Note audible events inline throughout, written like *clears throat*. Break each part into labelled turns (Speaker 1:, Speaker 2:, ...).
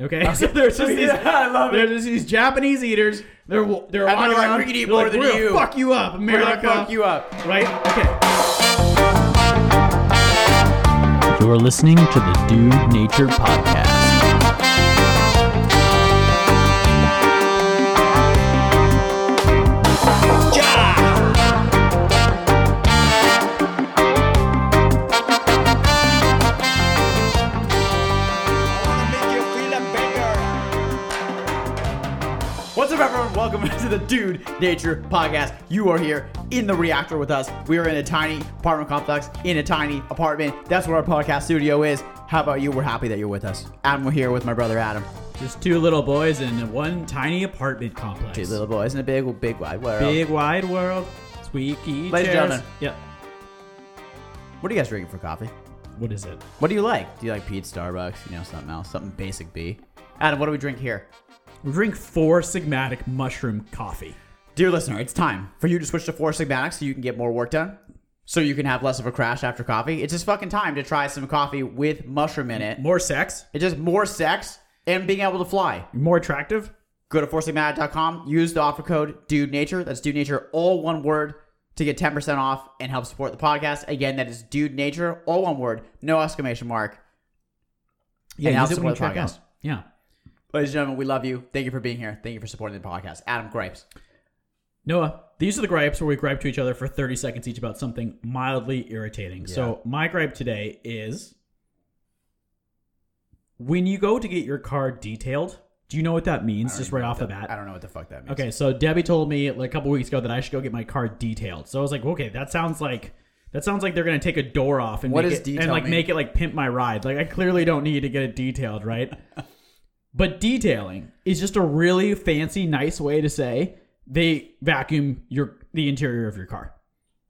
Speaker 1: Okay, *laughs* so there's
Speaker 2: *laughs*
Speaker 1: just these,
Speaker 2: I love
Speaker 1: there's just these Japanese eaters. They're w- they're
Speaker 2: And they're
Speaker 1: walking
Speaker 2: like,
Speaker 1: around.
Speaker 2: "We can eat
Speaker 1: They're
Speaker 2: more
Speaker 1: like,
Speaker 2: than
Speaker 1: "We're gonna
Speaker 2: you."
Speaker 1: Fuck you up,
Speaker 2: We're
Speaker 1: America.
Speaker 2: gonna fuck you up.
Speaker 1: Right? Okay.
Speaker 3: You're listening to the Dude Nature Podcast.
Speaker 2: What's up, everyone? Welcome *laughs* to the Dude Nature Podcast. You are here in the reactor with us. We are in a tiny apartment complex, in a tiny apartment. That's where our podcast studio is. How about you? We're happy that you're with us. Adam, we're here with my brother Adam.
Speaker 1: Just two little boys in one tiny apartment complex.
Speaker 2: Two little boy, isn't it big? Big wide world.
Speaker 1: Big wide world. Squeaky
Speaker 2: Ladies and
Speaker 1: chairs.
Speaker 2: gentlemen.
Speaker 1: Yep.
Speaker 2: What are you guys drinking for coffee?
Speaker 1: What is it?
Speaker 2: What do you like? Do you like Pete, Starbucks, you know, something else, something basic B? Adam, what do we drink here?
Speaker 1: We drink four sigmatic mushroom coffee.
Speaker 2: Dear listener, it's time for you to switch to Four Sigmatic so you can get more work done, so you can have less of a crash after coffee. It's just fucking time to try some coffee with mushroom in it.
Speaker 1: More sex.
Speaker 2: It's just more sex and being able to fly.
Speaker 1: More attractive.
Speaker 2: Go to foursigmatic.com, use the offer code Dude Nature. That's Dude Nature, all one word, to get 10% off and help support the podcast. Again, that is Dude Nature, all one word, no exclamation mark.
Speaker 1: Yeah.
Speaker 2: And
Speaker 1: use
Speaker 2: I'll
Speaker 1: it when you check
Speaker 2: support the podcast.
Speaker 1: out. Yeah.
Speaker 2: Ladies and gentlemen, we love you. Thank you for being here. Thank you for supporting the podcast. Adam Gripes.
Speaker 1: Noah, these are the gripes where we gripe to each other for 30 seconds each about something mildly irritating. So, my gripe today is when you go to get your car detailed, do you know what that means just right off the bat?
Speaker 2: I don't know what the fuck that means.
Speaker 1: Okay, so Debbie told me like a couple weeks ago that I should go get my car detailed. So I was like, okay, that sounds like that sounds like they're gonna take a door off and
Speaker 2: What
Speaker 1: make
Speaker 2: does
Speaker 1: it,
Speaker 2: detail
Speaker 1: and like
Speaker 2: mean?
Speaker 1: make it like pimp my ride. Like I clearly don't need to get it detailed,
Speaker 2: *laughs*
Speaker 1: right? but detailing is just a really fancy, nice way to say they vacuum your the interior of your car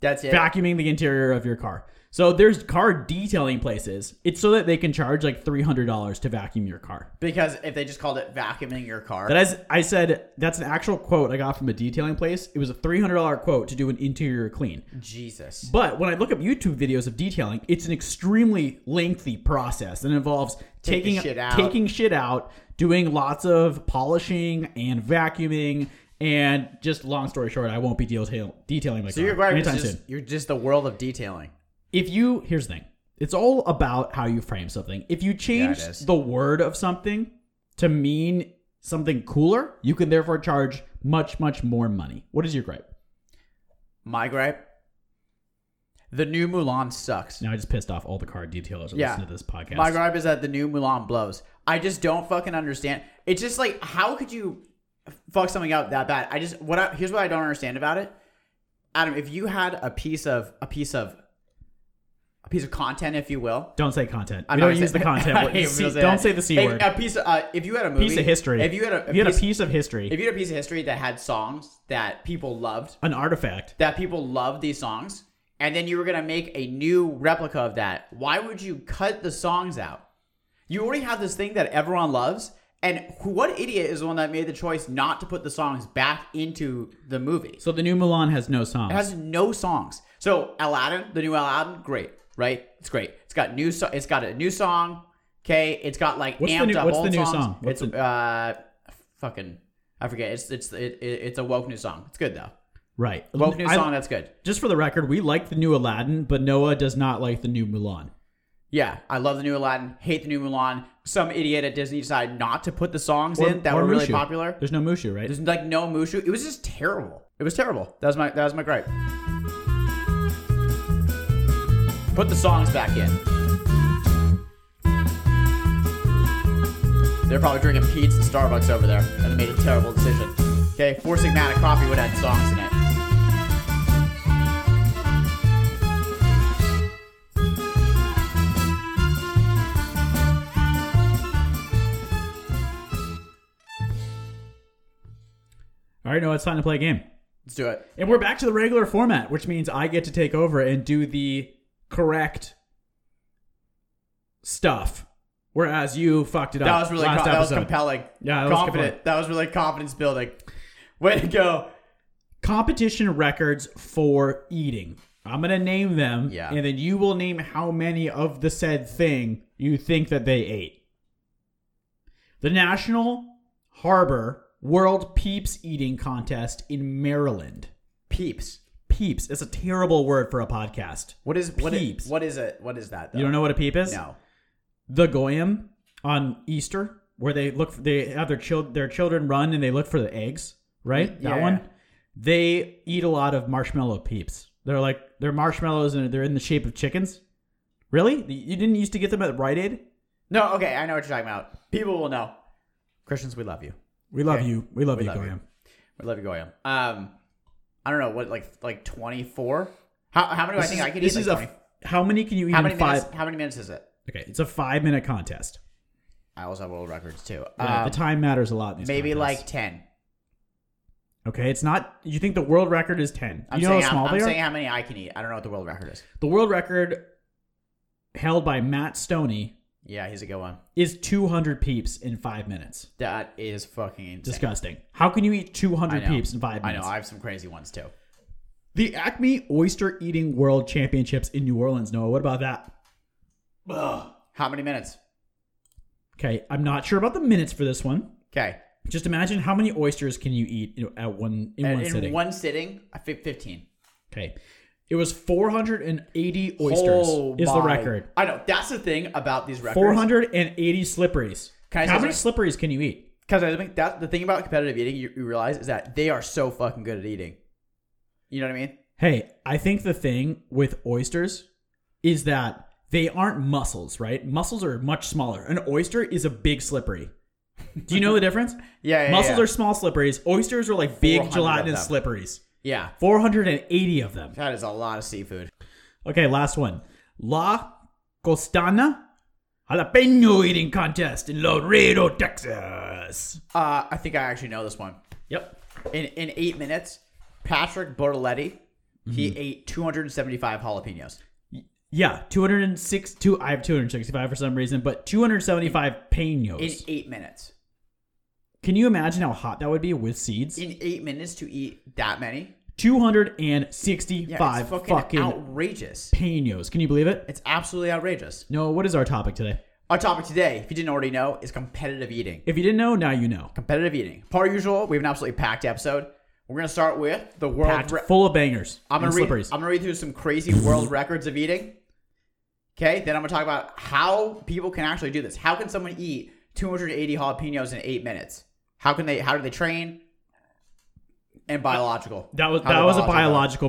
Speaker 2: That's it.
Speaker 1: vacuuming the interior of your car. So there's car detailing places. It's so that they can charge like three hundred dollars to vacuum your car.
Speaker 2: Because if they just called it vacuuming your car,
Speaker 1: That is, I said that's an actual quote I got from a detailing place. It was a three hundred dollar quote to do an interior clean.
Speaker 2: Jesus.
Speaker 1: But when I look up YouTube videos of detailing, it's an extremely lengthy process and involves
Speaker 2: Take the
Speaker 1: taking
Speaker 2: shit out.
Speaker 1: taking shit out, doing lots of polishing and vacuuming, and just long story short, I won't be detail, detailing my
Speaker 2: So
Speaker 1: car
Speaker 2: you're right.
Speaker 1: anytime
Speaker 2: it's just-
Speaker 1: soon.
Speaker 2: You're just the world of detailing.
Speaker 1: If you here's the thing, it's all about how you frame something. If you change
Speaker 2: is.
Speaker 1: the word of something to mean something cooler, you can therefore charge much much more money. What is your gripe?
Speaker 2: My gripe. The new Mulan sucks.
Speaker 1: Now I just pissed off all the car detailers that
Speaker 2: Yeah.
Speaker 1: listen to this podcast.
Speaker 2: My gripe is that the new Mulan blows. I just don't fucking understand. It's just like how could you fuck something up that bad? I just what I, here's what I don't understand about it. Adam, if you had a piece of a piece of a piece of content, if you will,
Speaker 1: Don't say content.
Speaker 2: I'm
Speaker 1: we
Speaker 2: not
Speaker 1: don't
Speaker 2: gonna
Speaker 1: use
Speaker 2: say-
Speaker 1: the
Speaker 2: *laughs*
Speaker 1: content.
Speaker 2: I
Speaker 1: word.
Speaker 2: hate when
Speaker 1: See-
Speaker 2: people say
Speaker 1: don't
Speaker 2: that.
Speaker 1: say the c
Speaker 2: If-
Speaker 1: word.
Speaker 2: A piece of uh, if you had a movie,
Speaker 1: piece of history.
Speaker 2: If you had a,
Speaker 1: if you had
Speaker 2: piece,
Speaker 1: a piece of history,
Speaker 2: if you had a piece of history that had songs that people loved,
Speaker 1: an artifact.
Speaker 2: that people loved these songs, and then you were gonna make a new replica of that, why would you cut the songs out? You already have this thing that everyone loves, and who, what idiot is the one that made the choice not to put the songs back into the movie?
Speaker 1: So the new Milan has no songs.
Speaker 2: It has no songs. So Aladdin, the new Aladdin, great, right? It's great. It's got new. So- it's got a new song. Okay, it's got like
Speaker 1: What's the
Speaker 2: amped
Speaker 1: new-
Speaker 2: up
Speaker 1: what's the
Speaker 2: old
Speaker 1: new
Speaker 2: songs.
Speaker 1: song? What's
Speaker 2: it's
Speaker 1: the-
Speaker 2: uh, fucking. I forget. It's it's it, it, it's a woke new song. It's good though.
Speaker 1: right.
Speaker 2: Woke new
Speaker 1: I-
Speaker 2: song. That's good.
Speaker 1: just for the record, we like the new Aladdin, but Noah does not like the new Mulan.
Speaker 2: Yeah, I love the new Aladdin. Hate the new Mulan. Some idiot at Disney decided not to put the songs in that
Speaker 1: or
Speaker 2: were really
Speaker 1: Mushu.
Speaker 2: popular.
Speaker 1: There's no Mushu, right?
Speaker 2: There's like no Mushu. It was just terrible. It was terrible. That was my that was my gripe. Put the songs back in. They're probably drinking Pete's and Starbucks over there, and they made a terrible decision. Okay, Four Sigmatic coffee would have had songs in it.
Speaker 1: All right, Noah, it's time to play a game.
Speaker 2: Let's do it.
Speaker 1: And we're back to the regular format, which means I get to take over and do the correct stuff. Whereas you fucked it up.
Speaker 2: That was really
Speaker 1: Uh, last
Speaker 2: com- that was
Speaker 1: episode.
Speaker 2: compelling.
Speaker 1: Yeah, that was
Speaker 2: confident.
Speaker 1: compelling.
Speaker 2: that was really confidence building. Way to go.
Speaker 1: Competition records for eating. I'm gonna name them,
Speaker 2: Yeah.
Speaker 1: and then you will name how many of the said thing you think that they ate. The National Harbor World Peeps Eating Contest in Maryland.
Speaker 2: Peeps.
Speaker 1: Peeps. It's a terrible word for a podcast.
Speaker 2: What is what
Speaker 1: Peeps.
Speaker 2: is what is it? What is that? Though?
Speaker 1: You don't know what a peep is?
Speaker 2: No.
Speaker 1: the Goyim on Easter, where they look, for, they have their child, their children run and they look for the eggs, right? That
Speaker 2: Yeah.
Speaker 1: one. They eat a lot of marshmallow peeps. They're like they're marshmallows and they're in the shape of chickens. Really? You didn't used to get them at Rite Aid?
Speaker 2: No. Okay, I know what you're talking about. People will know. Christians, we love you.
Speaker 1: We love you. We love you,
Speaker 2: love you.
Speaker 1: Goyim.
Speaker 2: We love you, Goyam. Um, I don't know what like like 24. How how many do Oh, I think I could eat?
Speaker 1: This is
Speaker 2: like
Speaker 1: a
Speaker 2: 20?
Speaker 1: how many can you eat
Speaker 2: how
Speaker 1: in
Speaker 2: many
Speaker 1: five?
Speaker 2: minutes? How many minutes is it?
Speaker 1: Okay, it's a five minute contest.
Speaker 2: I also have world records too.
Speaker 1: Yeah,
Speaker 2: Um,
Speaker 1: the time matters a lot. In these
Speaker 2: maybe
Speaker 1: contests.
Speaker 2: like 10.
Speaker 1: okay, it's not. You think the world record is 10
Speaker 2: I'm
Speaker 1: you know
Speaker 2: saying
Speaker 1: how small
Speaker 2: I'm,
Speaker 1: they
Speaker 2: I'm
Speaker 1: are.
Speaker 2: saying how many I can eat. I don't know what the world record is.
Speaker 1: the world record held by Matt Stoney
Speaker 2: Yeah, he's a good one.
Speaker 1: is 200 peeps in five minutes.
Speaker 2: That is fucking insane.
Speaker 1: Disgusting. How can you eat
Speaker 2: I
Speaker 1: 200
Speaker 2: know.
Speaker 1: peeps in five
Speaker 2: I
Speaker 1: minutes?
Speaker 2: know. I have some crazy ones too.
Speaker 1: the Acme Oyster Eating World Championships in New Orleans, Noah. What about that?
Speaker 2: How many minutes?
Speaker 1: Okay, I'm not sure about the minutes for this one.
Speaker 2: Okay.
Speaker 1: Just imagine how many oysters can you eat you know, at one in one
Speaker 2: In
Speaker 1: sitting.
Speaker 2: one sitting, I fit 15.
Speaker 1: okay, it was 480 oysters
Speaker 2: Oh
Speaker 1: is the
Speaker 2: my-
Speaker 1: record.
Speaker 2: I know. That's the thing about these records.
Speaker 1: 480 slipperies.
Speaker 2: Can I say
Speaker 1: how many
Speaker 2: something?
Speaker 1: slipperies can you eat?
Speaker 2: Because I think that's the thing about competitive eating, you, you realize is that they are so fucking good at eating. You know what I mean?
Speaker 1: Hey, I think the thing with oysters is that they aren't mussels, right? Mussels are much smaller. An oyster is a big slippery. Do you know the difference?
Speaker 2: *laughs* Yeah, yeah.
Speaker 1: Mussels
Speaker 2: yeah.
Speaker 1: are small slipperies. Oysters are like big
Speaker 2: 400
Speaker 1: gelatinous
Speaker 2: of them.
Speaker 1: slipperies.
Speaker 2: Yeah,
Speaker 1: 480 of them.
Speaker 2: that is a lot of seafood.
Speaker 1: Okay, last one. La Costana Jalapeno Eating Contest in Laredo, Texas.
Speaker 2: Uh, I think I actually know this one.
Speaker 1: Yep.
Speaker 2: In in eight minutes, Patrick Bortoletti,
Speaker 1: Mm-hmm.
Speaker 2: he ate 275 jalapenos.
Speaker 1: Yeah, 206 two, I have 265 for some reason, but 275 peños.
Speaker 2: In eight minutes.
Speaker 1: Can you imagine how hot that would be with seeds?
Speaker 2: In eight minutes to eat that many? Yeah,
Speaker 1: 265
Speaker 2: it's
Speaker 1: fucking,
Speaker 2: fucking, outrageous.
Speaker 1: peños. Can you believe it?
Speaker 2: It's absolutely outrageous.
Speaker 1: No, what is our topic today?
Speaker 2: Our topic today, if you didn't already know, is competitive eating.
Speaker 1: If you didn't know, now you know.
Speaker 2: Competitive eating. Per usual, we have an absolutely packed episode. We're gonna start with the world.
Speaker 1: Packed
Speaker 2: re-
Speaker 1: full of bangers.
Speaker 2: I'm gonna
Speaker 1: and
Speaker 2: read.
Speaker 1: slipperies.
Speaker 2: I'm gonna read through some crazy world *laughs* records of eating. Okay, then I'm gonna talk about how people can actually do this. How can someone eat 280 jalapenos in eight minutes? How can they? How do they train? And biological.
Speaker 1: that was
Speaker 2: How
Speaker 1: that
Speaker 2: they're
Speaker 1: was a
Speaker 2: biological.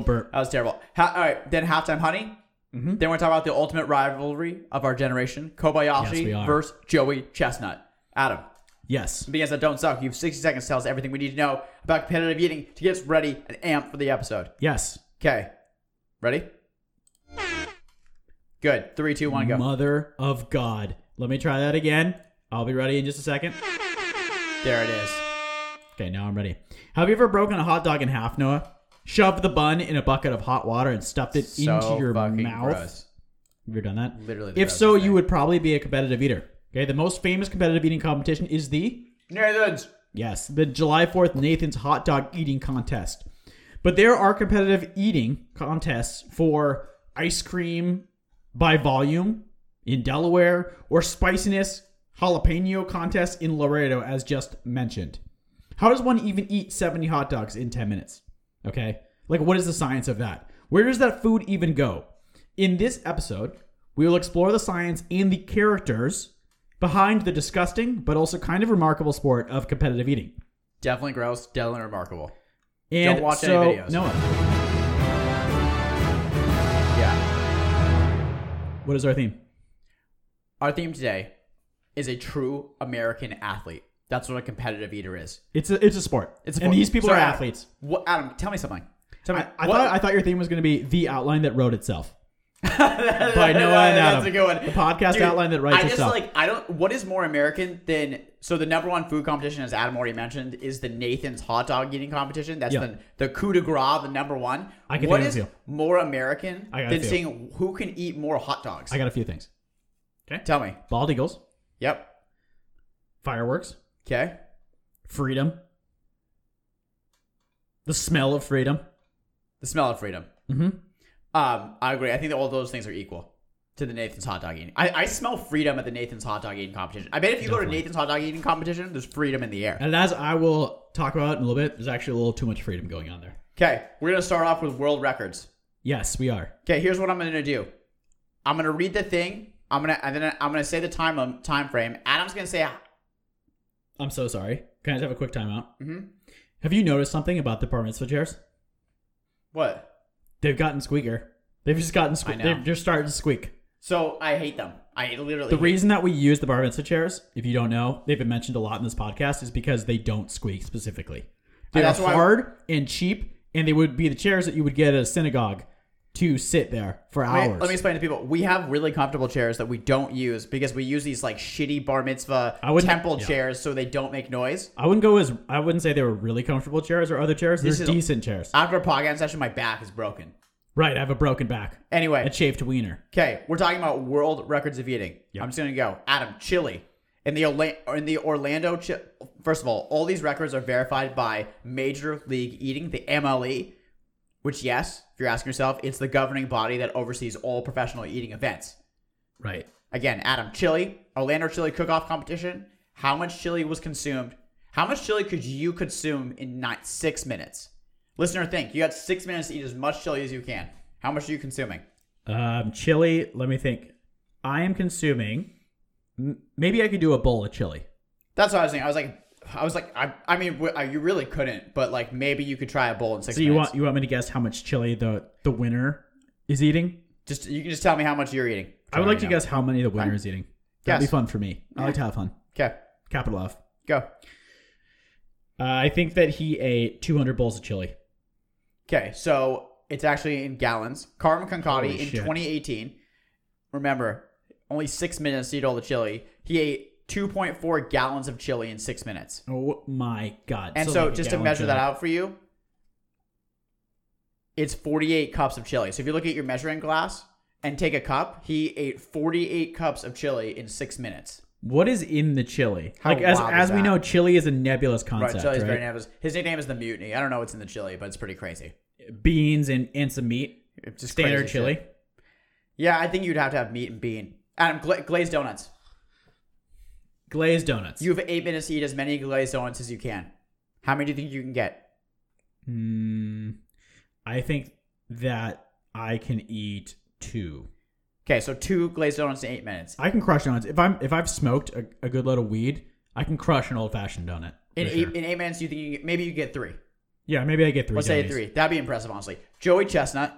Speaker 1: biological burp.
Speaker 2: That was terrible. Ha- all right, then halftime, honey. Then we're talking about the ultimate rivalry of our generation:
Speaker 1: Mm-hmm. Yes,
Speaker 2: Kobayashi
Speaker 1: we are.
Speaker 2: versus Joey Chestnut. Adam,
Speaker 1: Yes.
Speaker 2: because that don't suck. You have 60 seconds to tell us everything we need to know about competitive eating to get us ready and amped for the episode.
Speaker 1: Yes.
Speaker 2: Okay, ready? Good. Three, two, one, go.
Speaker 1: Mother of God. Let me try that again. I'll be ready in just a second.
Speaker 2: There it is.
Speaker 1: Okay, now I'm ready. Have you ever broken a hot dog in half, Noah? Shoved the bun in a bucket of hot water and stuffed it
Speaker 2: so
Speaker 1: into your
Speaker 2: fucking
Speaker 1: mouth?
Speaker 2: gross.
Speaker 1: Have you ever done that?
Speaker 2: Literally the
Speaker 1: If
Speaker 2: grossest
Speaker 1: so, you
Speaker 2: thing.
Speaker 1: would probably be a competitive eater. Okay, the most famous competitive eating competition is the
Speaker 2: Nathan's.
Speaker 1: yes, the July 4th Nathan's Hot Dog Eating Contest. But there are competitive eating contests for ice cream by volume in Delaware or spiciness jalapeno contest in Laredo as just mentioned. How does one even eat 70 hot dogs in 10 minutes? Okay? Like, what is the science of that? Where does that food even go? In this episode, we will explore the science and the characters behind the disgusting but also kind of remarkable sport of competitive eating.
Speaker 2: Definitely gross. Definitely remarkable.
Speaker 1: And
Speaker 2: Don't watch any
Speaker 1: so,
Speaker 2: videos.
Speaker 1: Noah,
Speaker 2: Yeah.
Speaker 1: what is our theme?
Speaker 2: Our theme today is a true American athlete. That's what a competitive eater is.
Speaker 1: It's a it's a sport.
Speaker 2: It's a
Speaker 1: and
Speaker 2: sport.
Speaker 1: these people
Speaker 2: Sorry,
Speaker 1: are
Speaker 2: Adam.
Speaker 1: athletes.
Speaker 2: What, Adam? Tell me something. Tell me.
Speaker 1: I, I
Speaker 2: what-
Speaker 1: thought I thought your theme was going to be the outline that wrote
Speaker 2: *laughs*
Speaker 1: itself. by Noah and Adam.
Speaker 2: That's a good one.
Speaker 1: The podcast
Speaker 2: Dude,
Speaker 1: outline that writes
Speaker 2: I just
Speaker 1: itself.
Speaker 2: like I don't. What is more American than so the number one food competition, as Adam already mentioned, is the Nathan's hot dog eating competition. That's
Speaker 1: Yeah.
Speaker 2: the the coup de grace, the number one.
Speaker 1: I can
Speaker 2: What
Speaker 1: think of
Speaker 2: is
Speaker 1: a few.
Speaker 2: more American
Speaker 1: I got a
Speaker 2: than
Speaker 1: few.
Speaker 2: seeing who can eat more hot dogs?
Speaker 1: I got a few things.
Speaker 2: Tell me.
Speaker 1: Bald eagles,
Speaker 2: Yep.
Speaker 1: fireworks,
Speaker 2: Okay.
Speaker 1: freedom, the smell of freedom.
Speaker 2: The smell of freedom.
Speaker 1: Mm-hmm.
Speaker 2: Um, I agree. I think that all those things are equal. to the Nathan's hot dog eating. I, I smell freedom at the Nathan's hot dog eating competition. I bet if you go to Nathan's hot dog eating competition, there's freedom in the air.
Speaker 1: And as I will talk about in a little bit, there's actually a little too much freedom going on there.
Speaker 2: Okay, we're gonna start off with world records.
Speaker 1: Yes, we are.
Speaker 2: Okay, here's what I'm gonna do. I'm gonna read the thing. I'm gonna and then I'm gonna say the time um, time frame. Adam's gonna say
Speaker 1: I'm so sorry. Can I just have a quick timeout? Mm-hmm. Have you noticed something about the bar mitzvah chairs?
Speaker 2: what?
Speaker 1: They've gotten squeaker. They've just gotten
Speaker 2: I
Speaker 1: squeak.
Speaker 2: know.
Speaker 1: They're, they're starting to squeak.
Speaker 2: So I hate them. I literally
Speaker 1: The
Speaker 2: hate-
Speaker 1: reason that we use the bar mitzvah chairs, if you don't know, they've been mentioned a lot in this podcast, is because they don't squeak specifically. They're
Speaker 2: that's why-
Speaker 1: hard and cheap, and they would be the chairs that you would get at a synagogue to sit there for
Speaker 2: Wait,
Speaker 1: hours.
Speaker 2: Let me explain to people. We have really comfortable chairs that we don't use because we use these like shitty bar mitzvah
Speaker 1: I wouldn't-
Speaker 2: temple
Speaker 1: yeah.
Speaker 2: chairs so they don't make noise.
Speaker 1: I wouldn't go as I wouldn't say they were really comfortable chairs or other chairs. They're
Speaker 2: is-
Speaker 1: decent chairs.
Speaker 2: After a podcast session, my back is broken.
Speaker 1: right, I have a broken back,
Speaker 2: Anyway,
Speaker 1: a chafed wiener.
Speaker 2: okay, we're talking about world records of eating. I'm just gonna go. Adam, Chile, in the Orla- in the Orlando. Chi- First of all, all these records are verified by Major League Eating, the MLE. Which, yes, if you're asking yourself, it's the governing body that oversees all professional eating events.
Speaker 1: Right.
Speaker 2: Again, Adam, chili, Orlando chili cook-off competition. How much chili was consumed? How much chili could you consume in not six minutes? Listener, think you got six minutes to eat as much chili as you can. How much are you consuming?
Speaker 1: Um, chili. Let me think. I am consuming. m- Maybe I could do a bowl of chili.
Speaker 2: That's what I was saying. I was like, I was like, I, I mean, w- I- you really couldn't, but like maybe you could try a bowl in six
Speaker 1: So you
Speaker 2: minutes.
Speaker 1: want you want me to guess how much chili the the winner is eating?
Speaker 2: just you can just tell me how much you're eating.
Speaker 1: I would like to guess how many the winner is eating. That'd be
Speaker 2: Guess.
Speaker 1: fun for me. I like to have fun.
Speaker 2: Okay,
Speaker 1: Capital F.
Speaker 2: go.
Speaker 1: Uh, I think that he ate 200 bowls of chili.
Speaker 2: Okay, so it's actually in gallons. Carmen Concotti
Speaker 1: Holy
Speaker 2: in
Speaker 1: shit.
Speaker 2: 2018. Remember, only six minutes to eat all the chili. He ate 2.4 gallons of chili in six minutes.
Speaker 1: Oh my god!
Speaker 2: And so,
Speaker 1: like a
Speaker 2: just to
Speaker 1: gallon
Speaker 2: measure
Speaker 1: chili.
Speaker 2: that out for you, it's 48 cups of chili. So if you look at your measuring glass and take a cup, he ate 48 cups of chili in six minutes.
Speaker 1: what is in the chili?
Speaker 2: How
Speaker 1: like as
Speaker 2: wild is
Speaker 1: as we
Speaker 2: that?
Speaker 1: know, chili is a nebulous
Speaker 2: Right,
Speaker 1: concept, right?
Speaker 2: chili is very nervous. His nickname is the Mutiny. I don't know what's in the chili, but it's pretty crazy.
Speaker 1: Beans and and some meat,
Speaker 2: It's just
Speaker 1: standard
Speaker 2: crazy
Speaker 1: chili.
Speaker 2: shit. Yeah, I think you'd have to have meat and bean. Adam, gla- glazed donuts.
Speaker 1: glazed donuts.
Speaker 2: You have eight minutes to eat as many glazed donuts as you can. How many do you think you can get?
Speaker 1: Hmm. I think that I can eat two.
Speaker 2: Okay, so two glazed donuts in eight minutes.
Speaker 1: I can crush donuts. If I'm if I've smoked a, a good load of weed, I can crush an old fashioned donut. for
Speaker 2: In
Speaker 1: sure.
Speaker 2: eight in eight minutes, you think you can get, maybe you get three.
Speaker 1: yeah, maybe I get 3
Speaker 2: Let's say
Speaker 1: Johnnies.
Speaker 2: three. That'd be impressive, honestly. Joey Chestnut,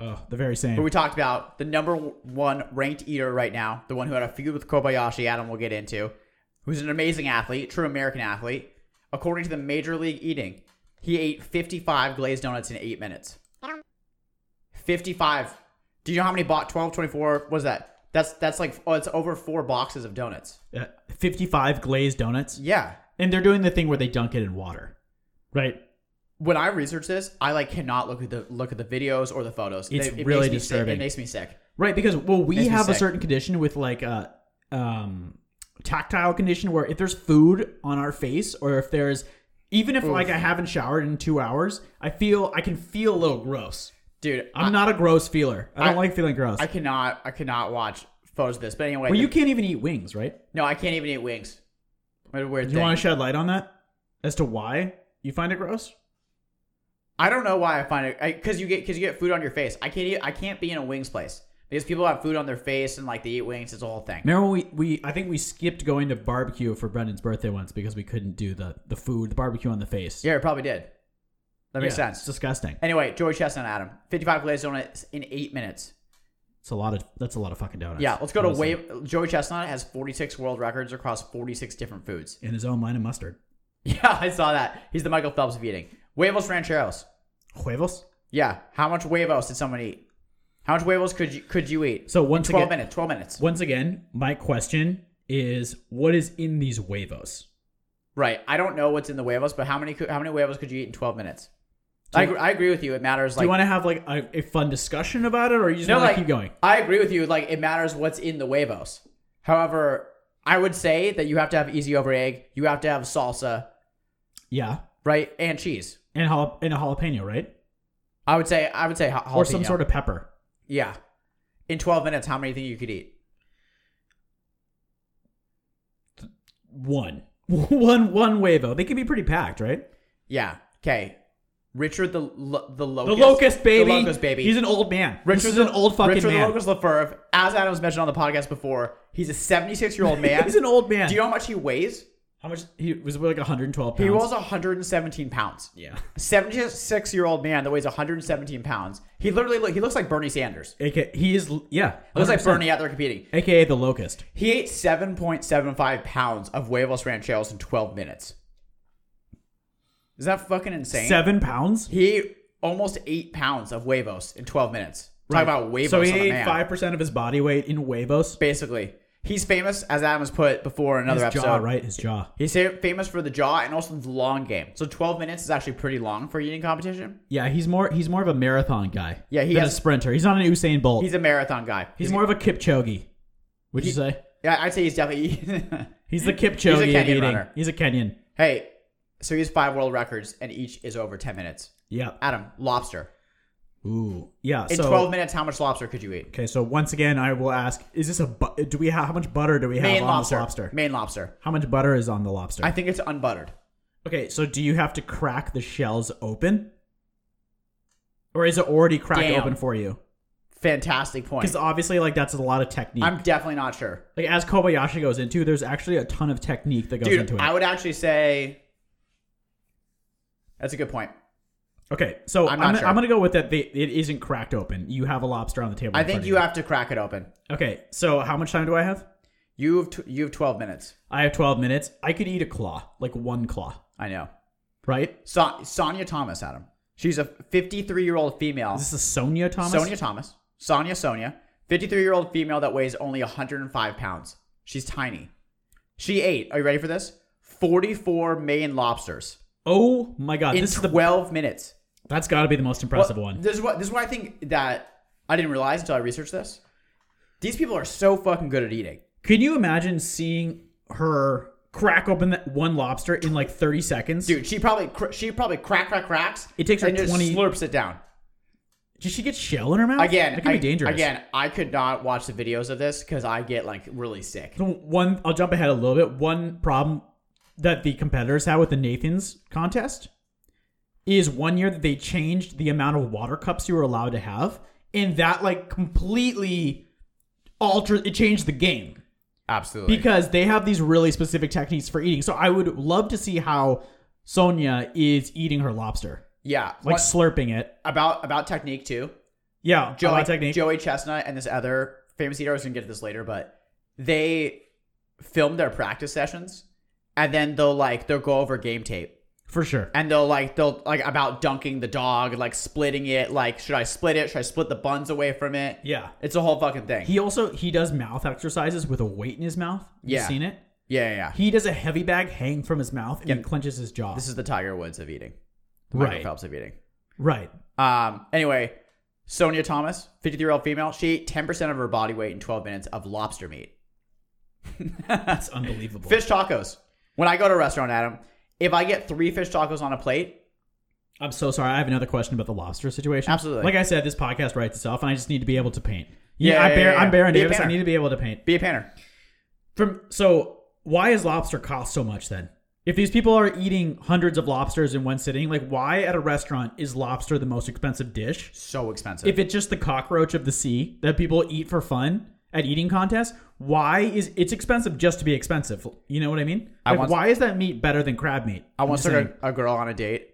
Speaker 1: Oh, the very same.
Speaker 2: who we talked about, the number one ranked eater right now, the one who had a feud with Kobayashi. Adam, we'll get into, who's an amazing athlete, true American athlete. According to the Major League Eating, he ate 55 glazed donuts in eight minutes. 55. Do you know how many bought? 12, 24. What is that? That's that's like oh, it's over four boxes of donuts.
Speaker 1: Uh, Fifty-five glazed donuts,
Speaker 2: Yeah.
Speaker 1: and they're doing the thing where they dunk it in water, right?
Speaker 2: When I research this, I like cannot look at the look at the videos or the photos.
Speaker 1: It's
Speaker 2: They- it
Speaker 1: really
Speaker 2: makes me sick.
Speaker 1: disturbing.
Speaker 2: It makes me sick.
Speaker 1: Right, because well, we
Speaker 2: Makes me
Speaker 1: have a
Speaker 2: sick.
Speaker 1: certain condition with like a um, tactile condition where if there's food on our face or if there's even if like I haven't showered in two hours, I feel I can feel a little gross.
Speaker 2: Dude,
Speaker 1: I'm not a gross feeler. I don't
Speaker 2: I-
Speaker 1: like feeling gross.
Speaker 2: I cannot I cannot watch photos of this. But anyway,
Speaker 1: well, you
Speaker 2: the-
Speaker 1: can't even eat wings, right?
Speaker 2: no, I can't even eat wings. What a weird
Speaker 1: Do you
Speaker 2: thing.
Speaker 1: want to shed light on that as to why you find it gross?
Speaker 2: I don't know why I find it because you get because you get food on your face. I can't eat, I can't be in a wings place because people have food on their face and like they eat wings. It's a whole thing.
Speaker 1: Remember when we, we I think we skipped going to barbecue for Brendan's birthday once because we couldn't do the the food, the barbecue on the face.
Speaker 2: Yeah, it probably did. That makes
Speaker 1: Yeah, It's
Speaker 2: sense.
Speaker 1: disgusting.
Speaker 2: Anyway, Joey Chestnut, Adam, fifty-five glazed donuts in eight minutes.
Speaker 1: It's a lot of that's a lot of fucking donuts.
Speaker 2: Yeah, let's go to
Speaker 1: honestly.
Speaker 2: wave. Joey Chestnut has forty-six world records across forty-six different foods. *laughs*
Speaker 1: in his own line of mustard.
Speaker 2: Yeah, I saw that. He's the Michael Phelps of eating. Huevos rancheros.
Speaker 1: Huevos.
Speaker 2: Yeah. How much huevos did someone eat? How much huevos could you could you eat?
Speaker 1: So once
Speaker 2: twelve
Speaker 1: again,
Speaker 2: minutes. Twelve minutes.
Speaker 1: once again, my question is, what is in these huevos?
Speaker 2: Right. I don't know what's in the huevos, but how many cou- how many huevos could you eat in twelve minutes? I, agree, I agree with you. It matters.
Speaker 1: Do
Speaker 2: Like
Speaker 1: you want to have like a, a fun discussion about it, or you just
Speaker 2: no,
Speaker 1: want to
Speaker 2: like
Speaker 1: keep going?
Speaker 2: I agree with you. Like it matters what's in the huevos. However, I would say that you have to have easy over egg. You have to have salsa,
Speaker 1: Yeah,
Speaker 2: right, and cheese.
Speaker 1: and jala- and a jalapeno, right?
Speaker 2: I would say I would say ha-
Speaker 1: Or some
Speaker 2: jalapeno.
Speaker 1: sort of pepper.
Speaker 2: yeah. in 12 minutes, how many do you think you could eat?
Speaker 1: One. *laughs* One one wavo. They can be pretty packed, right?
Speaker 2: Yeah. Okay. Richard the lo- the
Speaker 1: The
Speaker 2: locust.
Speaker 1: locust baby.
Speaker 2: The locust baby.
Speaker 1: He's an old man.
Speaker 2: Richard
Speaker 1: Richard's
Speaker 2: the-
Speaker 1: an old fucking
Speaker 2: Richard
Speaker 1: *laughs*
Speaker 2: the
Speaker 1: man.
Speaker 2: locust Lefevre, as Adam's mentioned on the podcast before, he's a 76 year old man.
Speaker 1: *laughs* He's an old man.
Speaker 2: Do you know how much he weighs?
Speaker 1: How much? He was like 112 pounds.
Speaker 2: He weighs 117 pounds.
Speaker 1: Yeah.
Speaker 2: 76 year old man that weighs 117 pounds. He literally look, he looks like Bernie Sanders.
Speaker 1: AKA, he is. Yeah.
Speaker 2: Looks like
Speaker 1: 100%.
Speaker 2: Bernie out there competing.
Speaker 1: AKA the locust.
Speaker 2: He ate 7.75 pounds of huevos rancheros in 12 minutes. Is that fucking insane?
Speaker 1: Seven pounds.
Speaker 2: He ate almost eight pounds of huevos in 12 minutes. Talk about huevos
Speaker 1: So he
Speaker 2: on a
Speaker 1: ate
Speaker 2: man.
Speaker 1: five percent of his body weight in huevos.
Speaker 2: Basically, he's famous, as Adam has put before in another
Speaker 1: His
Speaker 2: episode.
Speaker 1: jaw, right? His jaw.
Speaker 2: He's fa- famous for the jaw and also the long game. So 12 minutes is actually pretty long for a eating competition.
Speaker 1: Yeah, he's more. He's more of a marathon guy.
Speaker 2: Yeah, he
Speaker 1: than
Speaker 2: has-
Speaker 1: a sprinter. He's not an Usain Bolt.
Speaker 2: He's a marathon guy.
Speaker 1: He's more of a Kipchoge. Would you say?
Speaker 2: Yeah, I'd say he's definitely. *laughs*
Speaker 1: He's the Kipchoge
Speaker 2: Kenyan
Speaker 1: of eating.
Speaker 2: runner.
Speaker 1: He's a Kenyan.
Speaker 2: hey, so he has five world records, and each is over 10 minutes.
Speaker 1: Yeah.
Speaker 2: Adam, lobster.
Speaker 1: Ooh. Yeah.
Speaker 2: In
Speaker 1: so
Speaker 2: 12 minutes, how much lobster could you eat?
Speaker 1: okay, so once again, I will ask: Is this a? Bu- do we have how much butter do we have
Speaker 2: Maine
Speaker 1: on
Speaker 2: lobster.
Speaker 1: this lobster?
Speaker 2: Maine lobster.
Speaker 1: How much butter is on the lobster?
Speaker 2: I think it's unbuttered.
Speaker 1: okay, so do you have to crack the shells open, or is it already cracked
Speaker 2: Damn.
Speaker 1: open for you?
Speaker 2: Fantastic point.
Speaker 1: Because obviously, like that's a lot of technique.
Speaker 2: I'm definitely not sure.
Speaker 1: like as Kobayashi goes into, there's actually a ton of technique that goes
Speaker 2: Dude,
Speaker 1: into it.
Speaker 2: I would actually say that's a good point.
Speaker 1: okay, so
Speaker 2: I'm
Speaker 1: I'm,
Speaker 2: not
Speaker 1: gonna,
Speaker 2: sure.
Speaker 1: I'm gonna go with that. They, it isn't cracked open. You have a lobster on the table.
Speaker 2: I
Speaker 1: in front
Speaker 2: think
Speaker 1: of
Speaker 2: you have to crack it open.
Speaker 1: Okay, so how much time do I have?
Speaker 2: You have t- you have 12 minutes.
Speaker 1: I have 12 minutes. I could eat a claw, like one claw,
Speaker 2: I know.
Speaker 1: right?
Speaker 2: So- Sonia Thomas, Adam. She's a 53 year old female.
Speaker 1: Is this a Sonia Thomas?
Speaker 2: Sonia Thomas. Sonia Sonia. 53 year old female that weighs only 105 pounds. She's tiny. She ate, are you ready for this? 44 Maine lobsters
Speaker 1: Oh my god,
Speaker 2: in
Speaker 1: this is the
Speaker 2: 12 minutes.
Speaker 1: that's got to be the most impressive
Speaker 2: Well,
Speaker 1: one.
Speaker 2: This is what this is what I think that I didn't realize until I researched this. These people are so fucking good at eating.
Speaker 1: Can you imagine seeing her crack open that one lobster in like 30 seconds?
Speaker 2: Dude, she probably cr- she probably crack crack cracks.
Speaker 1: It takes her
Speaker 2: and just
Speaker 1: 20
Speaker 2: slurps it down.
Speaker 1: did she get shell in her mouth?
Speaker 2: Again,
Speaker 1: that could
Speaker 2: I-
Speaker 1: be dangerous.
Speaker 2: Again, I could not watch the videos of this because I get like really sick.
Speaker 1: So one, I'll jump ahead a little bit. One problem that the competitors had with the Nathan's contest is one year that they changed the amount of water cups you were allowed to have, and that like completely altered. It changed the game
Speaker 2: Absolutely.
Speaker 1: because they have these really specific techniques for eating. So I would love to see how Sonia is eating her lobster,
Speaker 2: yeah.
Speaker 1: like
Speaker 2: What-
Speaker 1: slurping it.
Speaker 2: about about technique too.
Speaker 1: Yeah, a lot
Speaker 2: Joey
Speaker 1: of technique.
Speaker 2: Joey Chestnut and this other famous eater. I was gonna get to this later, but they filmed their practice sessions, and then they'll like they'll go over game tape.
Speaker 1: for sure.
Speaker 2: and they'll like they'll like about dunking the dog, like splitting it, like should I split it? Should I split the buns away from it?
Speaker 1: Yeah.
Speaker 2: It's a whole fucking thing.
Speaker 1: He also he does mouth exercises with a weight in his mouth. You
Speaker 2: Yeah.
Speaker 1: seen it?
Speaker 2: yeah, yeah, yeah.
Speaker 1: He does a heavy bag hang from his mouth and he
Speaker 2: Yeah.
Speaker 1: clenches his jaw.
Speaker 2: This is the Tiger Woods of eating. The Michael
Speaker 1: Right.
Speaker 2: Phelps of eating.
Speaker 1: right.
Speaker 2: Um. Anyway, Sonia Thomas, fifty-three-year-old female, she ate ten percent of her body weight in twelve minutes of lobster meat.
Speaker 1: That's unbelievable.
Speaker 2: Fish tacos. When I go to a restaurant, Adam, if I get three fish tacos on a plate,
Speaker 1: I'm so sorry. I have another question about the lobster situation.
Speaker 2: Absolutely.
Speaker 1: Like I said, this podcast writes itself, and I just need to be able to paint. Yeah,
Speaker 2: Yeah,
Speaker 1: I
Speaker 2: yeah,
Speaker 1: bear,
Speaker 2: yeah, yeah.
Speaker 1: I'm Baron
Speaker 2: Be a
Speaker 1: Davis. I
Speaker 2: painter.
Speaker 1: need to be able to paint.
Speaker 2: be a panner.
Speaker 1: From so, why is lobster cost so much then? If these people are eating hundreds of lobsters in one sitting, like why at a restaurant is lobster the most expensive dish?
Speaker 2: So expensive.
Speaker 1: If it's just the cockroach of the sea that people eat for fun at eating contests, why is it's expensive just to be expensive? You know what I mean?
Speaker 2: I
Speaker 1: Like,
Speaker 2: once-
Speaker 1: why is that meat better than crab meat?
Speaker 2: I
Speaker 1: I'm
Speaker 2: once
Speaker 1: just
Speaker 2: took
Speaker 1: saying.
Speaker 2: a, a girl on a date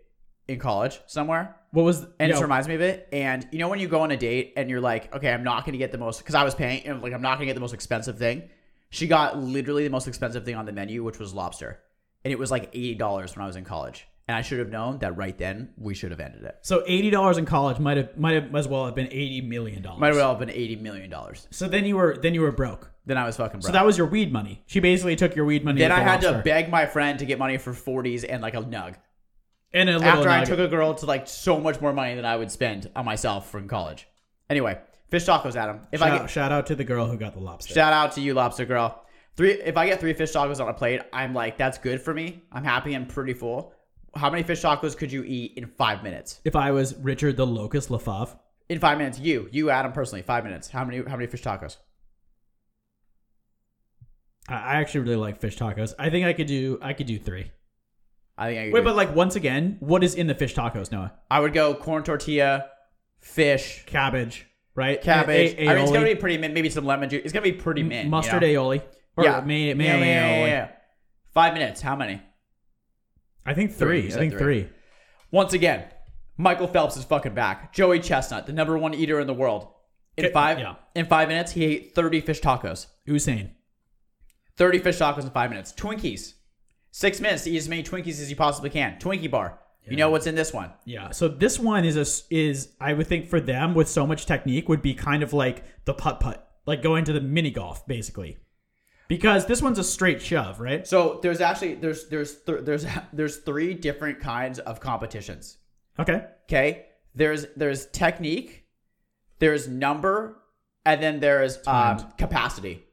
Speaker 2: in college somewhere.
Speaker 1: What was
Speaker 2: and it
Speaker 1: yo,
Speaker 2: just reminds me of it. And you know when you go on a date and you're like, okay, I'm not gonna get the most because I was paying, and like I'm not gonna get the most expensive thing. She got literally the most expensive thing on the menu, which was lobster, and it was like eighty dollars when I was in college. And I should have known that right then. We should have ended it.
Speaker 1: So eighty dollars in college might have might have as well have been eighty million
Speaker 2: Might
Speaker 1: dollars.
Speaker 2: well have been eighty million dollars.
Speaker 1: So then you were then you were broke.
Speaker 2: Then I was fucking broke.
Speaker 1: So that was your weed money. She basically took your weed money.
Speaker 2: then
Speaker 1: with
Speaker 2: I
Speaker 1: the
Speaker 2: had to
Speaker 1: lobster.
Speaker 2: beg my friend to get money for forties and like a nug.
Speaker 1: and a little
Speaker 2: After I
Speaker 1: nugget.
Speaker 2: took a girl to like so much more money than I would spend on myself from college. Anyway, fish tacos, Adam. If I
Speaker 1: shout,
Speaker 2: get,
Speaker 1: out, shout out to the girl who got the lobster.
Speaker 2: Shout out to you, lobster girl. Three. If I get three fish tacos on a plate, I'm like, that's good for me. I'm happy. I'm pretty full. How many fish tacos could you eat in five minutes?
Speaker 1: if I was Richard the Locust Lafave,
Speaker 2: In five minutes, you, you, Adam, personally, five minutes. How many, how many fish tacos?
Speaker 1: I I actually really like fish tacos. I think I could do I could do three.
Speaker 2: I think I could
Speaker 1: Wait,
Speaker 2: do-
Speaker 1: but like once again, what is in the fish tacos, Noah?
Speaker 2: I would go corn tortilla, fish,
Speaker 1: Cabbage, right?
Speaker 2: cabbage.
Speaker 1: A- a-
Speaker 2: I mean, it's gonna
Speaker 1: aioli.
Speaker 2: be pretty mint. Maybe some lemon juice. It's gonna be pretty mint. you
Speaker 1: mustard
Speaker 2: know?
Speaker 1: aioli. Or
Speaker 2: yeah.
Speaker 1: may,
Speaker 2: Yeah,
Speaker 1: may
Speaker 2: yeah,
Speaker 1: aioli.
Speaker 2: yeah, yeah, yeah. Five minutes. How many?
Speaker 1: I think
Speaker 2: You
Speaker 1: three. I
Speaker 2: said
Speaker 1: think
Speaker 2: three.
Speaker 1: three.
Speaker 2: Once again, Michael Phelps is fucking back. Joey Chestnut, the number one eater in the world. In
Speaker 1: Okay,
Speaker 2: five,
Speaker 1: yeah.
Speaker 2: in five minutes, he ate thirty fish tacos.
Speaker 1: Usain.
Speaker 2: Thirty fish tacos in five minutes. Twinkies, six minutes to eat as many Twinkies as you possibly can. Twinkie bar. You know what's in this one?
Speaker 1: Yeah. So this one is a s is I would think for them with so much technique would be kind of like the putt putt, like going to the mini golf basically, because this one's a straight shove, right?
Speaker 2: So there's actually there's there's th- there's *laughs* there's three different kinds of competitions.
Speaker 1: Okay.
Speaker 2: Okay. There's there's technique, there's number, and then there's um, capacity.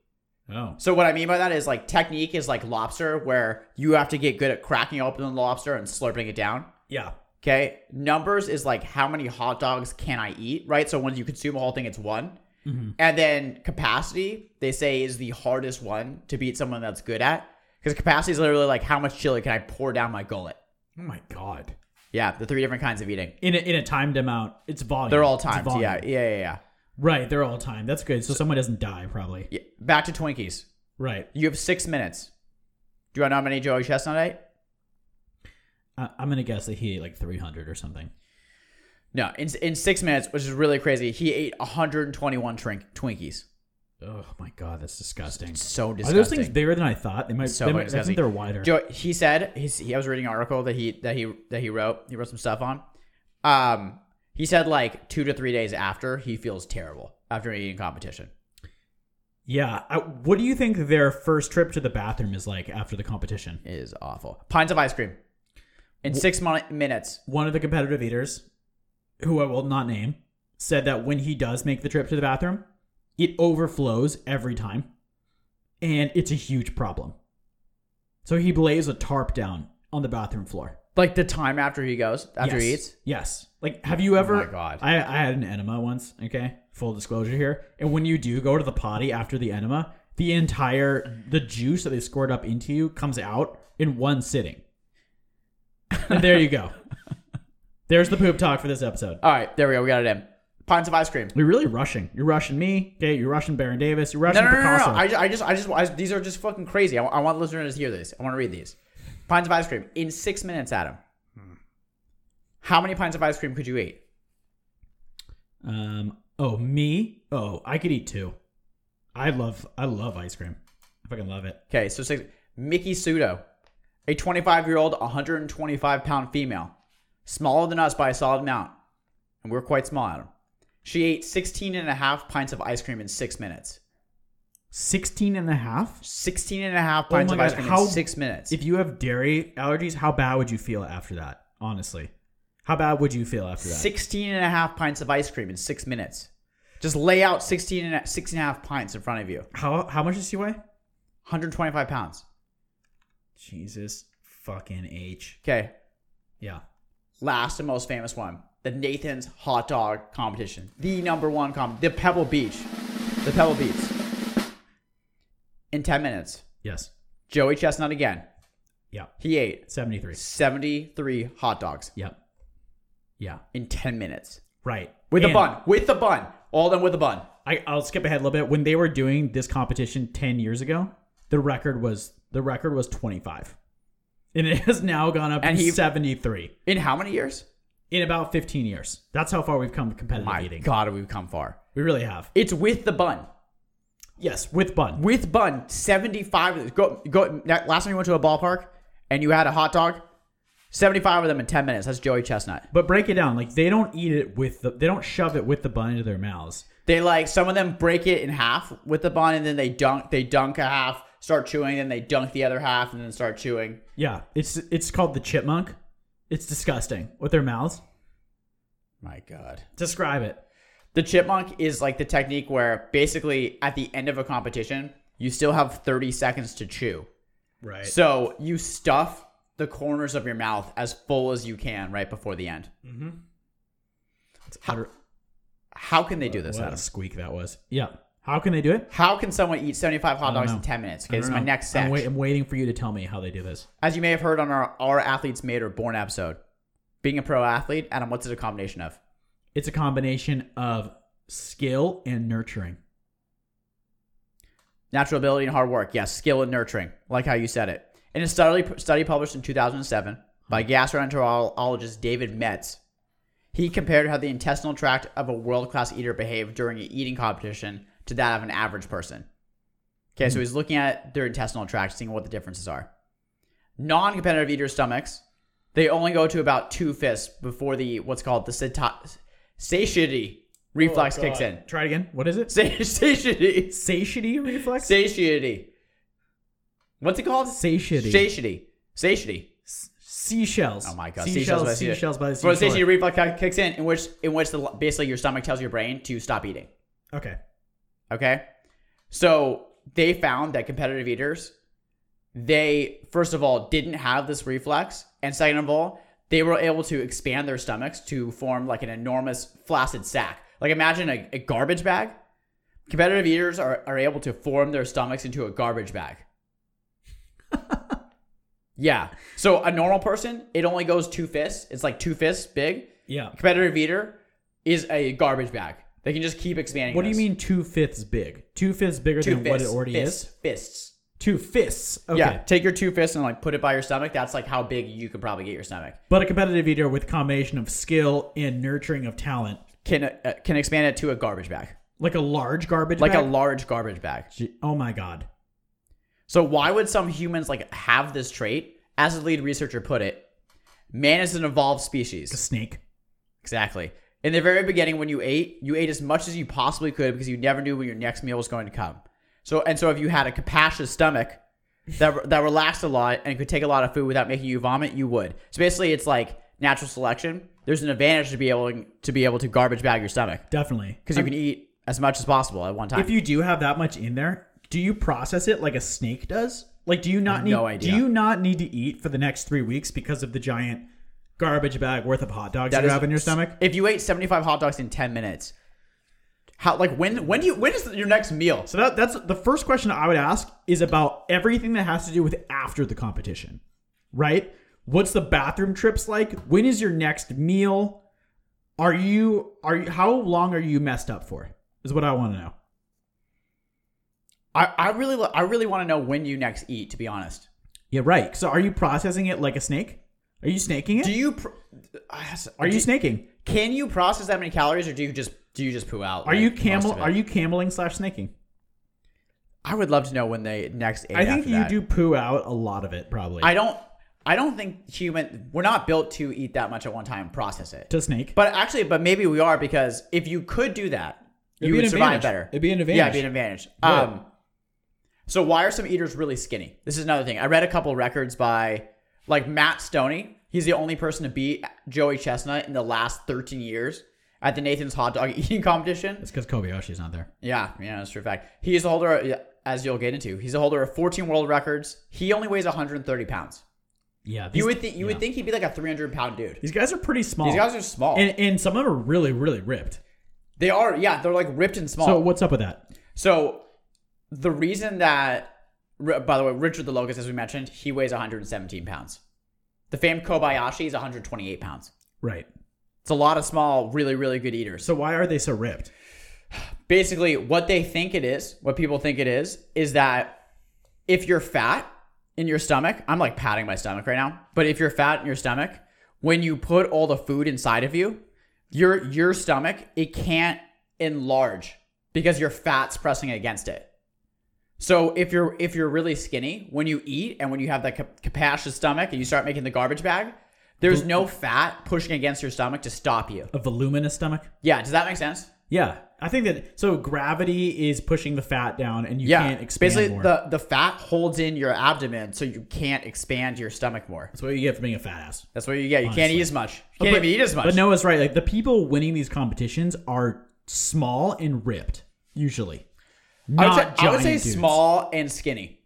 Speaker 1: Oh.
Speaker 2: So what I mean by that is like technique is like lobster, where you have to get good at cracking open the lobster and slurping it down.
Speaker 1: Yeah.
Speaker 2: Okay. Numbers is like how many hot dogs can I eat, right? So once you consume a whole thing, it's one.
Speaker 1: Mm-hmm.
Speaker 2: And then capacity, they say, is the hardest one to beat someone that's good at. Because capacity is literally like how much chili can I pour down my gullet?
Speaker 1: Oh my god.
Speaker 2: Yeah, the three different kinds of eating.
Speaker 1: In a, in a timed amount, it's volume.
Speaker 2: They're all
Speaker 1: It's
Speaker 2: timed.
Speaker 1: volume.
Speaker 2: Yeah, yeah, yeah, yeah.
Speaker 1: Right. They're all timed. That's good. So someone doesn't die probably.
Speaker 2: Yeah, Back to Twinkies.
Speaker 1: Right.
Speaker 2: You have six minutes. Do you want to know how many Joey Chestnut ate?
Speaker 1: I, I'm gonna guess that he ate like 300 or something.
Speaker 2: No, in, in six minutes, which is really crazy, he ate 121 twink, Twinkies.
Speaker 1: Oh my god, that's disgusting.
Speaker 2: So
Speaker 1: Are
Speaker 2: disgusting.
Speaker 1: those things bigger than I thought? They might.
Speaker 2: So
Speaker 1: they might I
Speaker 2: disgusting.
Speaker 1: think they're wider.
Speaker 2: Joe, he said he's, he, I was reading an article that he that he that he wrote. He wrote some stuff on. Um, he said like two to three days after he feels terrible after an eating competition.
Speaker 1: yeah. I, what do you think their first trip to the bathroom is like after the competition?
Speaker 2: It is awful. Pints of ice cream in six mon- minutes.
Speaker 1: one of the competitive eaters, who I will not name, said that when he does make the trip to the bathroom, it overflows every time. And it's a huge problem. So he lays a tarp down on the bathroom floor.
Speaker 2: Like the time after he goes after
Speaker 1: yes.
Speaker 2: he eats. Oh
Speaker 1: Yes. Like, have you ever?
Speaker 2: my God.
Speaker 1: I, I had an enema once. Okay, full disclosure here. And when you do go to the potty after the enema, the entire the juice that they squirt up into you comes out in one sitting. And there you
Speaker 2: *laughs*
Speaker 1: go. There's the poop talk for this episode.
Speaker 2: All right, there we go. We got it in. Pints of ice cream.
Speaker 1: You're really rushing. You're rushing me. Okay, you're rushing Baron Davis. You're
Speaker 2: No,
Speaker 1: rushing
Speaker 2: no, no, no,
Speaker 1: Picasso.
Speaker 2: no. I, ju- I just, I just, I, these are just fucking crazy. I, I want listeners to hear this. I want to read these. Pints of ice cream in six minutes, Adam.
Speaker 1: Hmm.
Speaker 2: How many pints of ice cream could you eat?
Speaker 1: Um. Oh, me. Oh, I could eat two. I love. I love ice cream. I fucking love it.
Speaker 2: Okay, so six. Mickey Sudo, a 25 year old, 125 pound female, smaller than us by a solid amount, and we're quite small, Adam. She ate 16 and a half pints of ice cream in six minutes.
Speaker 1: 16 and a half?
Speaker 2: 16 and a half
Speaker 1: Oh
Speaker 2: pints
Speaker 1: my
Speaker 2: of ice
Speaker 1: God,
Speaker 2: cream
Speaker 1: how-
Speaker 2: in six minutes.
Speaker 1: If you have dairy allergies, how bad would you feel after that? Honestly, how bad would you feel after that?
Speaker 2: 16 and a half pints of ice cream in six minutes. Just lay out 16 and a, six and a half pints in front of you.
Speaker 1: How how much does she weigh?
Speaker 2: 125 pounds.
Speaker 1: Jesus fucking H.
Speaker 2: Okay.
Speaker 1: Yeah.
Speaker 2: Last and most famous one the Nathan's Hot Dog Competition. The number one comp, the Pebble Beach. The Pebble Beach. In 10 minutes,
Speaker 1: Yes.
Speaker 2: Joey Chestnut again.
Speaker 1: Yeah.
Speaker 2: He ate
Speaker 1: Seventy three.
Speaker 2: 73 hot dogs
Speaker 1: Yep. Yeah.
Speaker 2: in 10 minutes
Speaker 1: Right.
Speaker 2: with a
Speaker 1: And
Speaker 2: bun. With a bun. All done with a bun.
Speaker 1: I, I'll skip ahead a little bit. When they were doing this competition ten years ago, the record was the record was twenty five, and it has now gone up
Speaker 2: And
Speaker 1: to
Speaker 2: he-
Speaker 1: seventy three
Speaker 2: In how many years?
Speaker 1: in about fifteen years. That's how far we've come with competitive
Speaker 2: My
Speaker 1: eating.
Speaker 2: God, we've come far.
Speaker 1: We really have.
Speaker 2: It's with the bun.
Speaker 1: Yes, with bun.
Speaker 2: with bun 75 of those. go go that last time you went to a ballpark and you had a hot dog 75 of them in 10 minutes that's joey chestnut
Speaker 1: But break it down. Like they don't eat it with the they don't shove it with the bun into their mouths.
Speaker 2: they like some of them break it in half with the bun and then they dunk they dunk a half start chewing then they dunk the other half and then start chewing
Speaker 1: Yeah, it's it's called the chipmunk. It's disgusting with their mouths.
Speaker 2: my god
Speaker 1: Describe it.
Speaker 2: the chipmunk is like the technique where basically at the end of a competition you still have 30 seconds to chew
Speaker 1: Right.
Speaker 2: so you stuff the corners of your mouth as full as you can right before the end
Speaker 1: it's utter,
Speaker 2: How can they do this,
Speaker 1: What a
Speaker 2: Adam?
Speaker 1: squeak that was. Yeah. How can they do it?
Speaker 2: How can someone eat 75 hot dogs in
Speaker 1: know.
Speaker 2: 10
Speaker 1: I
Speaker 2: minutes? Okay, this is
Speaker 1: don't
Speaker 2: my
Speaker 1: know.
Speaker 2: next
Speaker 1: I'm,
Speaker 2: set.
Speaker 1: wait, I'm waiting for you to tell me how they do this.
Speaker 2: As you may have heard on our Our Athletes Made or Born episode, being a pro athlete, Adam, what's it a combination of?
Speaker 1: It's a combination of skill and nurturing.
Speaker 2: Natural ability and hard work. Yes, skill and nurturing, like how you said it. In a study, study published in 2007 by gastroenterologist David Metz, he compared how the intestinal tract of a world class eater behaved during an eating competition to that of an average person. Okay, so he's looking at their intestinal tract, seeing what the differences are. Non competitive eater stomachs, they only go to about two fists before the what's called the sati- satiety reflex kicks in. *laughs*
Speaker 1: Try it again. What is it?
Speaker 2: Sa- satiety
Speaker 1: Satiety reflex?
Speaker 2: Satiety. What's it called?
Speaker 1: Satiety.
Speaker 2: Satiety. Satiety.
Speaker 1: seashells.
Speaker 2: Oh my god.
Speaker 1: Seashells,
Speaker 2: by the sea.
Speaker 1: seashells by the
Speaker 2: Well,
Speaker 1: seashore.
Speaker 2: Satiety reflex kicks in, in which in which the, basically your stomach tells your brain to stop eating.
Speaker 1: Okay.
Speaker 2: Okay. So they found that competitive eaters, they first of all didn't have this reflex, and second of all, they were able to expand their stomachs to form like an enormous flaccid sack. Like imagine a, a garbage bag. Competitive eaters are, are able to form their stomachs into a garbage
Speaker 1: *laughs*
Speaker 2: bag. yeah. So a normal person, it only goes two fists. It's like two fists big.
Speaker 1: Yeah.
Speaker 2: Competitive eater is a garbage bag. They can just keep expanding.
Speaker 1: What do you
Speaker 2: this
Speaker 1: mean two fifths big? Two fifths bigger
Speaker 2: two
Speaker 1: than
Speaker 2: fists,
Speaker 1: what it already
Speaker 2: fists,
Speaker 1: is?
Speaker 2: Fists.
Speaker 1: Two fists. Okay.
Speaker 2: Yeah, take your two fists and like put it by your stomach. That's like how big you could probably get your stomach.
Speaker 1: But a competitive eater with combination of skill and nurturing of talent,
Speaker 2: Can uh, can expand it to a garbage bag,
Speaker 1: like a large garbage
Speaker 2: like a
Speaker 1: bag.
Speaker 2: large garbage bag.
Speaker 1: Gee, oh my god.
Speaker 2: So why would some humans like have this trait? As the lead researcher put it, man is an evolved
Speaker 1: A
Speaker 2: species.
Speaker 1: snake.
Speaker 2: Exactly. In the very beginning, when you ate, you ate as much as you possibly could because you never knew when your next meal was going to come. So and so, if you had a capacious stomach that that relaxed a lot and could take a lot of food without making you vomit, you would. So basically, it's like natural selection. There's an advantage to be able to be able to garbage bag your stomach
Speaker 1: Definitely.
Speaker 2: because you can eat as much as possible at one time.
Speaker 1: Um, If you do have that much in there, do you process it like a snake does? Like do you not need
Speaker 2: no idea.
Speaker 1: do you not need to eat for the next 3 weeks because of the giant garbage bag worth of hot dogs
Speaker 2: That
Speaker 1: you
Speaker 2: is-
Speaker 1: have in your stomach?
Speaker 2: if you ate 75 hot dogs in 10 minutes, how like when when do you when is your next meal?
Speaker 1: So that that's the first question I would ask is about everything that has to do with after the competition, right? What's the bathroom trips like? When is your next meal? Are you are you, how long are you messed up for? Is what I want to know.
Speaker 2: I, I really lo- I really want to know when you next eat. To be honest.
Speaker 1: Yeah, right. So are you processing it like a snake? Are you snaking it?
Speaker 2: Do you? Pr- I-
Speaker 1: are you snaking?
Speaker 2: Can you process that many calories, or do you just do you just poo out?
Speaker 1: Are
Speaker 2: like,
Speaker 1: you
Speaker 2: most
Speaker 1: camel?
Speaker 2: of it?
Speaker 1: Are you cameling slash snaking?
Speaker 2: I would love to know when they next. Ate
Speaker 1: I think
Speaker 2: after
Speaker 1: you
Speaker 2: that.
Speaker 1: do poo out a lot of it, probably.
Speaker 2: I don't. I don't think human. We're not built to eat that much at one time. and Process it.
Speaker 1: to snake.
Speaker 2: But actually, but maybe we are because if you could do that,
Speaker 1: be
Speaker 2: you
Speaker 1: an
Speaker 2: would survive
Speaker 1: advantage.
Speaker 2: better.
Speaker 1: It'd be an
Speaker 2: Yeah,
Speaker 1: advantage.
Speaker 2: it'd be an advantage.
Speaker 1: Yeah.
Speaker 2: Um, so why are some eaters really skinny? This is another thing. I read a couple records by like Matt Stoney. He's the only person to beat Joey Chestnut in the last 13 years at the Nathan's hot dog *laughs* eating competition.
Speaker 1: it's because Kobayashi's not there.
Speaker 2: Yeah, yeah, that's a true fact. He is the holder, yeah, as you'll get into, he's a holder of 14 world records. He only weighs 130 pounds.
Speaker 1: Yeah,
Speaker 2: You
Speaker 1: these-
Speaker 2: would think you would think he'd be like a 300 pound dude.
Speaker 1: these guys are pretty small.
Speaker 2: These guys are small.
Speaker 1: and and some of them are really really ripped.
Speaker 2: they are, yeah, they're like ripped and small.
Speaker 1: So what's up with that?
Speaker 2: So the reason that, r- by the way, Richard the Locust, as we mentioned, he weighs 117 pounds. The famed Kobayashi is 128 pounds.
Speaker 1: Right.
Speaker 2: It's a lot of small, really, really good eaters. So
Speaker 1: So why are they so ripped?
Speaker 2: basically, what they think it is, what people think it is, is that if you're fat in your stomach, I'm like patting my stomach right now, but if you're fat in your stomach, when you put all the food inside of you, your your stomach it can't enlarge because your fat's pressing against it. So if you're if you're really skinny, when you eat and when you have that cap- capacious stomach and you start making the garbage bag, there's no fat pushing against your stomach to stop you.
Speaker 1: A voluminous stomach?
Speaker 2: Yeah, does that make sense?
Speaker 1: Yeah. I think that so gravity is pushing the fat down and you
Speaker 2: Yeah,
Speaker 1: can't expand
Speaker 2: basically
Speaker 1: more.
Speaker 2: the the fat holds in your abdomen, so you can't expand your stomach more.
Speaker 1: That's what you get for being a fat ass.
Speaker 2: That's what you get. You can't eat as much. You can't
Speaker 1: But-
Speaker 2: even eat as much.
Speaker 1: But Noah's right. Like the people winning these competitions are small and ripped, usually.
Speaker 2: I would
Speaker 1: Not
Speaker 2: say, I would
Speaker 1: giant
Speaker 2: say
Speaker 1: dudes.
Speaker 2: small and skinny.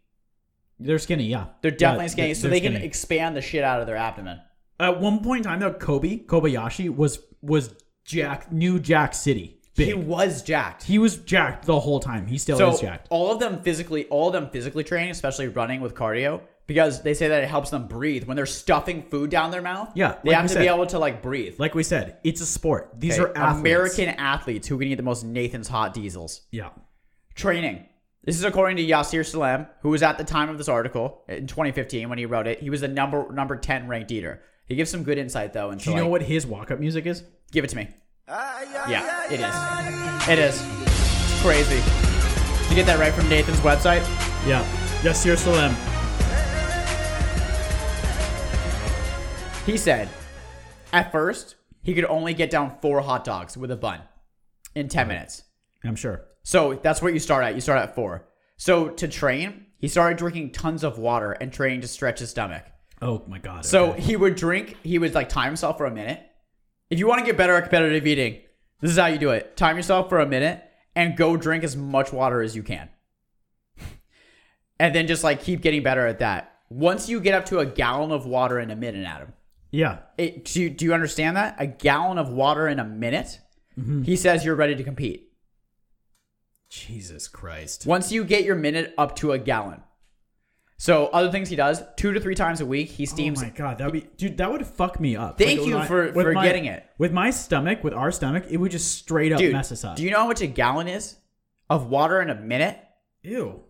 Speaker 1: They're skinny, yeah.
Speaker 2: They're definitely
Speaker 1: Yeah,
Speaker 2: skinny,
Speaker 1: they're-
Speaker 2: so
Speaker 1: they're
Speaker 2: they can
Speaker 1: skinny.
Speaker 2: expand the shit out of their abdomen.
Speaker 1: At one point in time, though, Kobe Kobayashi was was Jack New Jack City. big.
Speaker 2: He was jacked.
Speaker 1: He was jacked the whole time. He still
Speaker 2: so
Speaker 1: is jacked.
Speaker 2: all of them physically, all of them physically training, especially running with cardio, because they say that it helps them breathe when they're stuffing food down their mouth.
Speaker 1: Yeah,
Speaker 2: they
Speaker 1: like
Speaker 2: have
Speaker 1: we
Speaker 2: to
Speaker 1: said.
Speaker 2: be able to like breathe.
Speaker 1: Like we said, it's a sport. These
Speaker 2: Okay,
Speaker 1: are athletes.
Speaker 2: American athletes who can eat the most Nathan's hot diesels.
Speaker 1: Yeah.
Speaker 2: Training. This is according to Yasir Salem, who was at the time of this article in 2015 when he wrote it. He was the number number 10 ranked eater. He gives some good insight though. And
Speaker 1: Do you know what his walk-up music is?
Speaker 2: Give it to me. Yeah, it is. It is. It's crazy. Did you get that right from Nathan's website?
Speaker 1: Yeah. Yes, Yasir Salem.
Speaker 2: He said, at first, he could only get down four hot dogs with a bun in 10 minutes.
Speaker 1: I'm sure.
Speaker 2: So that's where you start at. You start at four. So to train, he started drinking tons of water and training to stretch his stomach.
Speaker 1: Oh my god.
Speaker 2: So
Speaker 1: okay.
Speaker 2: he would drink, he would like time himself for a minute. If you want to get better at competitive eating, this is how you do it time yourself for a minute and go drink as much water as you can. *laughs* and then just like keep getting better at that. Once you get up to a gallon of water in a minute, Adam,
Speaker 1: yeah.
Speaker 2: it, do, you, do you understand that? A gallon of water in a minute? He says you're ready to compete.
Speaker 1: Jesus Christ.
Speaker 2: Once you get your minute up to a gallon. So other things he does, two to three times a week, he steams.
Speaker 1: oh my god, that would be dude. That would fuck me up.
Speaker 2: Thank
Speaker 1: with
Speaker 2: you
Speaker 1: my-
Speaker 2: for-
Speaker 1: with
Speaker 2: for
Speaker 1: my-
Speaker 2: getting it.
Speaker 1: With my stomach, with our stomach, it would just straight up
Speaker 2: Dude,
Speaker 1: mess us up.
Speaker 2: do you know how much a gallon is of water in a minute?
Speaker 1: Ew.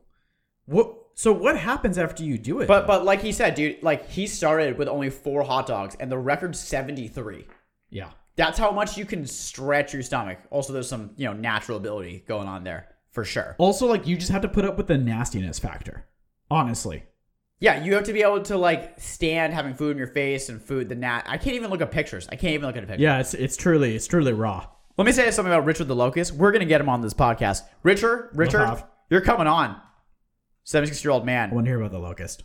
Speaker 1: What? So what happens after you do it?
Speaker 2: But but like he said, dude, like he started with only four hot dogs and the record's 73.
Speaker 1: yeah,
Speaker 2: That's how much you can stretch your stomach. Also, there's some, you know, natural ability going on there for sure.
Speaker 1: also like you just have to put up with the nastiness factor. Honestly,
Speaker 2: Yeah, you have to be able to like stand having food in your face and food the nat. I can't even look at pictures. I can't even look at a picture.
Speaker 1: yeah, it's it's truly it's truly raw.
Speaker 2: Let me say something about Richard the Locust. We're gonna get him on this podcast. Richard, Richard,
Speaker 1: have.
Speaker 2: you're coming on. 76 year old
Speaker 1: I
Speaker 2: man,
Speaker 1: want to hear about the locust.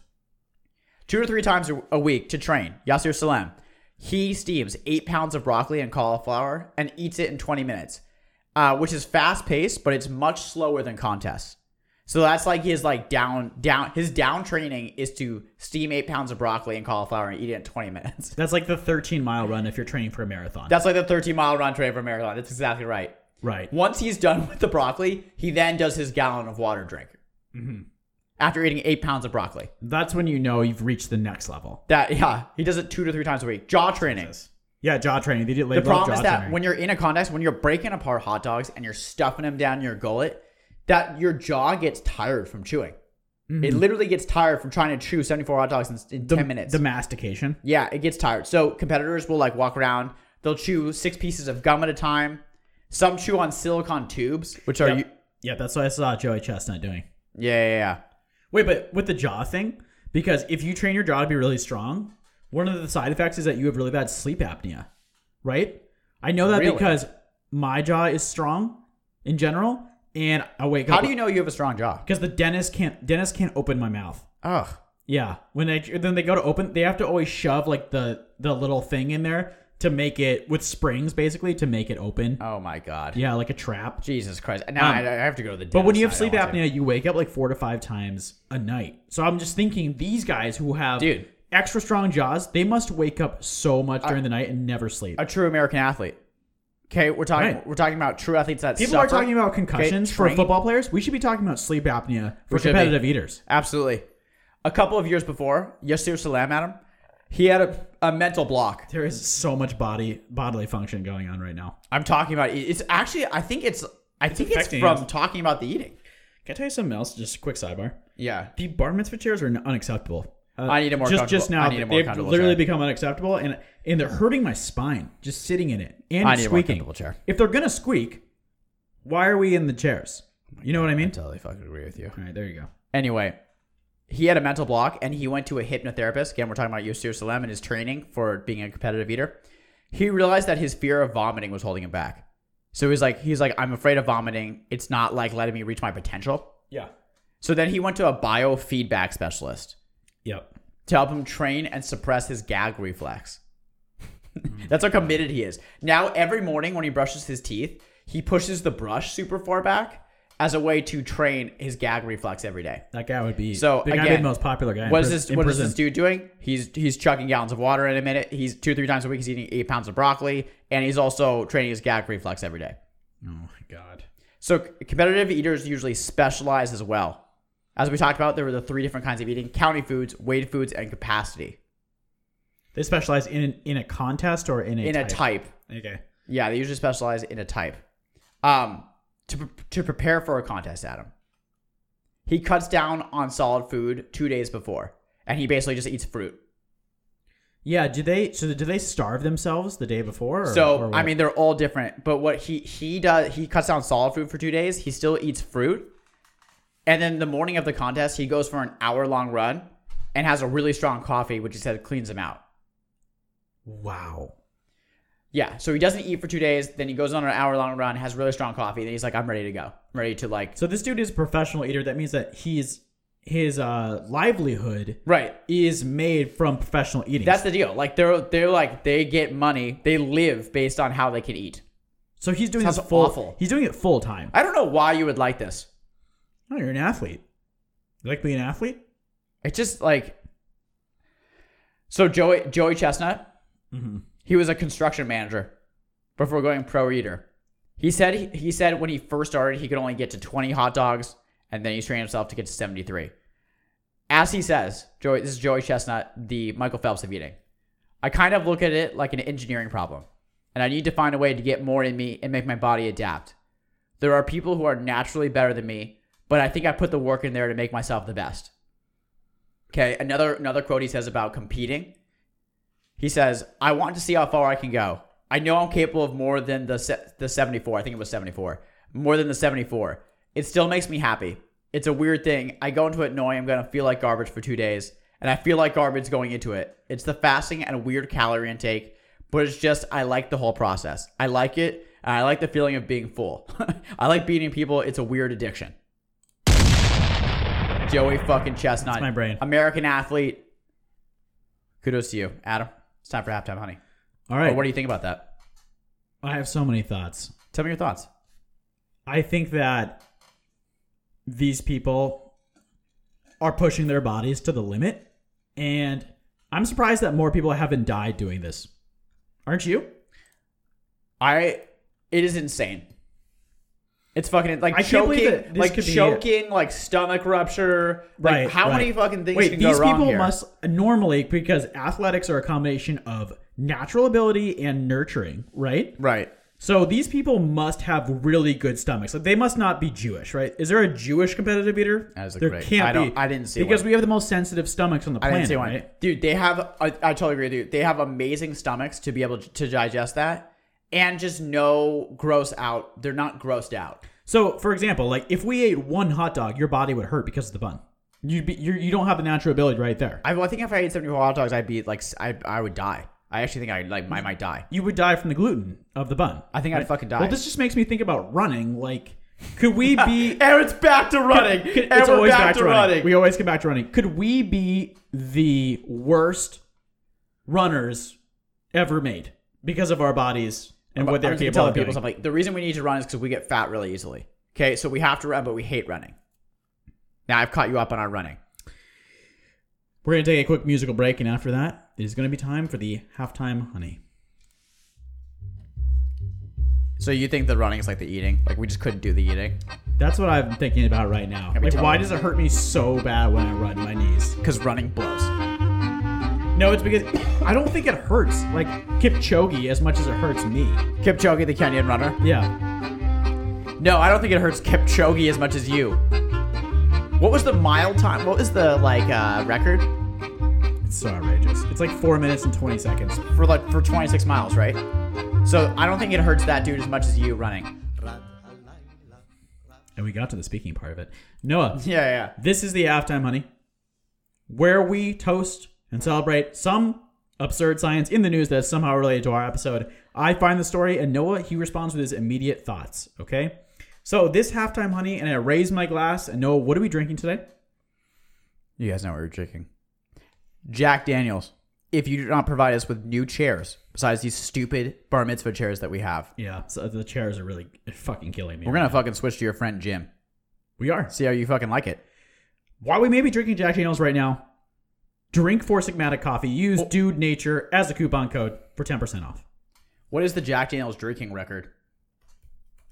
Speaker 2: two or three times a- a week to train. Yasir Salem. He steams eight pounds of broccoli and cauliflower and eats it in 20 minutes, uh, which is fast paced, but it's much slower than contests. So that's like his like down down his down training is to steam eight pounds of broccoli and cauliflower and eat it in 20 minutes. *laughs*
Speaker 1: That's like the 13 mile run if you're training for a marathon.
Speaker 2: That's like the 13 mile run train for a marathon. That's exactly right.
Speaker 1: right.
Speaker 2: Once he's done with the broccoli, he then does his gallon of water drink after eating eight pounds of broccoli.
Speaker 1: That's when you know you've reached the next level.
Speaker 2: That yeah, he does it two to three times a week. Jaw training.
Speaker 1: Yeah, jaw training. They did
Speaker 2: The
Speaker 1: label
Speaker 2: problem
Speaker 1: jaw
Speaker 2: is that
Speaker 1: training.
Speaker 2: when you're in a contest, when you're breaking apart hot dogs and you're stuffing them down your gullet, that your jaw gets tired from chewing. It literally gets tired from trying to chew 74 hot dogs in, in 10 minutes.
Speaker 1: Mm-hmm. the mastication.
Speaker 2: yeah, it gets tired. So competitors will like walk around. They'll chew six pieces of gum at a time. Some chew on silicone tubes, which are
Speaker 1: Yep.
Speaker 2: you.
Speaker 1: Yeah, that's what I saw Joey Chestnut doing.
Speaker 2: Yeah, yeah, yeah.
Speaker 1: Wait, but with the jaw thing, because if you train your jaw to be really strong, one of the side effects is that you have really bad sleep apnea, right? I know that
Speaker 2: Really?
Speaker 1: because my jaw is strong in general, and I wake up.
Speaker 2: How do you know you have a strong jaw?
Speaker 1: Because the dentist can't. Dentist can't open my mouth.
Speaker 2: Ugh.
Speaker 1: Yeah, when they then they go to open, they have to always shove like the the little thing in there to make it with springs basically to make it open.
Speaker 2: Oh my god.
Speaker 1: Yeah, like a trap.
Speaker 2: Jesus Christ. Now
Speaker 1: Um,
Speaker 2: I, I have to go to the.
Speaker 1: But when you have
Speaker 2: dentist. I
Speaker 1: sleep
Speaker 2: don't want to.
Speaker 1: apnea, you wake up like four to five times a night. So I'm just thinking these guys who have
Speaker 2: Dude.
Speaker 1: extra strong jaws, they must wake up so much during the night and never sleep.
Speaker 2: a true American athlete. Okay, we're talking
Speaker 1: Right.
Speaker 2: we're talking about true athletes that
Speaker 1: People
Speaker 2: suffer.
Speaker 1: are talking about concussions
Speaker 2: Okay,
Speaker 1: for
Speaker 2: train-
Speaker 1: football players. We should be talking about sleep apnea for
Speaker 2: We should be.
Speaker 1: competitive eaters.
Speaker 2: Absolutely. A couple of years before, Yasir Salam, Adam, he had a, a mental block.
Speaker 1: There is so much body bodily function going on right now.
Speaker 2: I'm talking about it's actually I think it's I think it's
Speaker 1: affecting
Speaker 2: from
Speaker 1: us.
Speaker 2: talking about the eating.
Speaker 1: Can I tell you something else? Just a quick sidebar.
Speaker 2: Yeah.
Speaker 1: The bar mitzvah chairs are unacceptable. Uh,
Speaker 2: I need a more
Speaker 1: just just
Speaker 2: comfortable-
Speaker 1: now.
Speaker 2: I need a more
Speaker 1: they've
Speaker 2: comfortable
Speaker 1: literally
Speaker 2: chair.
Speaker 1: become unacceptable, and and they're hurting my spine just sitting in it and
Speaker 2: I need a more
Speaker 1: squeaking.
Speaker 2: comfortable chair.
Speaker 1: If they're gonna squeak, why are we in the chairs? You know what I mean?
Speaker 2: Totally fucking agree with you.
Speaker 1: All right, there you go.
Speaker 2: Anyway, he had a mental block and he went to a hypnotherapist. Again, we're talking about Yusir Salem and his training for being a competitive eater. He realized that his fear of vomiting was holding him back. So he's like, he's like, I'm afraid of vomiting. It's not like letting me reach my potential.
Speaker 1: Yeah.
Speaker 2: So then he went to a biofeedback specialist
Speaker 1: Yep.
Speaker 2: to help him train and suppress his gag reflex.
Speaker 1: Mm.
Speaker 2: *laughs* That's how committed he is. Now, every morning when he brushes his teeth, he pushes the brush super far back as a way to train his gag reflex every day.
Speaker 1: That guy would be
Speaker 2: So,
Speaker 1: the guy would be
Speaker 2: again,
Speaker 1: the most popular guy. in
Speaker 2: What is
Speaker 1: pris-
Speaker 2: this?
Speaker 1: in
Speaker 2: What is
Speaker 1: prison.
Speaker 2: this dude doing? He's he's chugging gallons of water in a minute. He's two three times a week. He's eating eight pounds of broccoli, and he's also training his gag reflex every day.
Speaker 1: Oh my god.
Speaker 2: So c- competitive eaters usually specialize as well. As we talked about, there were the three different kinds of eating: county foods, weighted foods, and capacity.
Speaker 1: They specialize in in a contest or in a
Speaker 2: in a type.
Speaker 1: Okay.
Speaker 2: Yeah, they usually specialize in a type. Um, to pre- to prepare for a contest, Adam. He cuts down on solid food two days before, and he basically just eats fruit.
Speaker 1: Yeah. Do they? So do they starve themselves the day before? Or,
Speaker 2: so
Speaker 1: or
Speaker 2: I
Speaker 1: what?
Speaker 2: mean, they're all different. But what he he does, he cuts down solid food for two days. He still eats fruit, and then the morning of the contest, he goes for an hour long run, and has a really strong coffee, which he said cleans him out.
Speaker 1: wow.
Speaker 2: Yeah, so he doesn't eat for two days. Then he goes on an hour long run, has really strong coffee. Then he's like, I'm ready to go. I'm ready to like.
Speaker 1: So this dude is a professional eater. That means that he's his uh, livelihood
Speaker 2: Right.
Speaker 1: is made from professional eating.
Speaker 2: That's the deal. Like they're they're like they get money. They live based on how they can eat.
Speaker 1: so he's doing this
Speaker 2: sounds
Speaker 1: full.
Speaker 2: awful.
Speaker 1: He's doing it full time.
Speaker 2: I don't know why you would like this.
Speaker 1: Oh, you're an athlete. You like being an athlete?
Speaker 2: It's just like so Joey Joey Chestnut. He was a construction manager before going pro eater. He said he, he said when he first started he could only get to 20 hot dogs and then he trained himself to get to 73. As he says, Joey this is Joey Chestnut, the Michael Phelps of eating. I kind of look at it like an engineering problem, and I need to find a way to get more in me and make my body adapt. There are people who are naturally better than me, but I think I put the work in there to make myself the best. Okay, another another quote he says about competing. He says, "I want to see how far I can go. I know I'm capable of more than the se- the 74. I think it was 74. More than the 74. It still makes me happy. It's a weird thing. I go into it knowing I'm going to feel like garbage for 2 days, and I feel like garbage going into it. It's the fasting and weird calorie intake, but it's just I like the whole process. I like it, and I like the feeling of being full. *laughs* I like beating people. It's a weird addiction." Joey fucking Chestnut.
Speaker 1: my brain.
Speaker 2: American athlete. Kudos to you, Adam. It's time for halftime, honey.
Speaker 1: All
Speaker 2: But
Speaker 1: right.
Speaker 2: Oh, what do you think about that?
Speaker 1: I have so many thoughts.
Speaker 2: Tell me your thoughts.
Speaker 1: I think that these people are pushing their bodies to the limit, and I'm surprised that more people haven't died doing this. Aren't you?
Speaker 2: I. It is insane. It's fucking like
Speaker 1: I can't believe
Speaker 2: choking,
Speaker 1: that this
Speaker 2: like
Speaker 1: could be it.
Speaker 2: choking, like stomach rupture. Like
Speaker 1: Right,
Speaker 2: how
Speaker 1: right.
Speaker 2: many fucking things
Speaker 1: Wait,
Speaker 2: can
Speaker 1: these
Speaker 2: go wrong
Speaker 1: people
Speaker 2: here?
Speaker 1: must normally because athletics are a combination of natural ability and nurturing, right?
Speaker 2: right.
Speaker 1: So these people must have really good stomachs. Like they must not be Jewish, right? Is there a Jewish competitive eater?
Speaker 2: That is a
Speaker 1: there
Speaker 2: great-
Speaker 1: can't
Speaker 2: I don't-
Speaker 1: be.
Speaker 2: I didn't see
Speaker 1: because
Speaker 2: one.
Speaker 1: we have the most sensitive stomachs on the
Speaker 2: I
Speaker 1: planet.
Speaker 2: didn't see one,
Speaker 1: right?
Speaker 2: dude. They have. I, I totally agree with you. They have amazing stomachs to be able to digest that, and just no gross out. They're not grossed out.
Speaker 1: So, for example, like if we ate one hot dog, your body would hurt because of the bun. You'd be, you're, you don't have the natural ability right there.
Speaker 2: I, I think if I ate 74 hot dogs, I'd be like, s- I, I would die. I actually think I like I might die.
Speaker 1: You would die from the gluten of the bun.
Speaker 2: I think I'd fucking die.
Speaker 1: Well, this just makes me think about running. Like, could we be?
Speaker 2: *laughs* and it's back to running.
Speaker 1: Could-
Speaker 2: and we're back, to running.
Speaker 1: We always come back to running. Could we be the worst runners ever made because of our bodies and what they're
Speaker 2: I'm just
Speaker 1: capable
Speaker 2: telling
Speaker 1: of
Speaker 2: people
Speaker 1: doing?
Speaker 2: something. The reason we need to run is because we get fat really easily. Okay, so we have to run, but we hate running. Now I've caught you up on our running.
Speaker 1: We're gonna take a quick musical break, and after that, it is gonna be time for the halftime honey.
Speaker 2: So you think the running is like the eating? Like we just couldn't do the eating
Speaker 1: That's what I'm thinking about right now.
Speaker 2: we
Speaker 1: Like,
Speaker 2: tell
Speaker 1: why
Speaker 2: them?
Speaker 1: does it hurt me so bad when I run my knees?
Speaker 2: because running blows.
Speaker 1: No, it's because I don't think it hurts like Kipchoge as much as it hurts me.
Speaker 2: Kipchoge, the Kenyan runner.
Speaker 1: Yeah.
Speaker 2: No, I don't think it hurts Kipchoge as much as you. What was the mile time? What was the like uh, record
Speaker 1: It's so outrageous. It's like four minutes and 20 seconds.
Speaker 2: for like for 26 miles, right? So I don't think it hurts that dude as much as you running. *laughs*
Speaker 1: And we got to the speaking part of it. Noah,
Speaker 2: Yeah, yeah, yeah.
Speaker 1: this is the halftime, honey, where we toast and celebrate some absurd science in the news that's somehow related to our episode. I find the story, and Noah, he responds with his immediate thoughts, okay? So this halftime, honey, and I raise my glass, and Noah, what are we drinking today?
Speaker 2: You guys know what you're drinking. Jack Daniels. If you do not provide us with new chairs besides these stupid bar mitzvah chairs that we have,
Speaker 1: Yeah, so the chairs are really fucking killing me.
Speaker 2: we're gonna fucking switch to your friend Jim.
Speaker 1: We are.
Speaker 2: See how you fucking like it.
Speaker 1: While we may be drinking Jack Daniels right now, drink Four Sigmatic coffee. Use Dude Nature as a coupon code for 10% off.
Speaker 2: What is the Jack Daniels drinking record?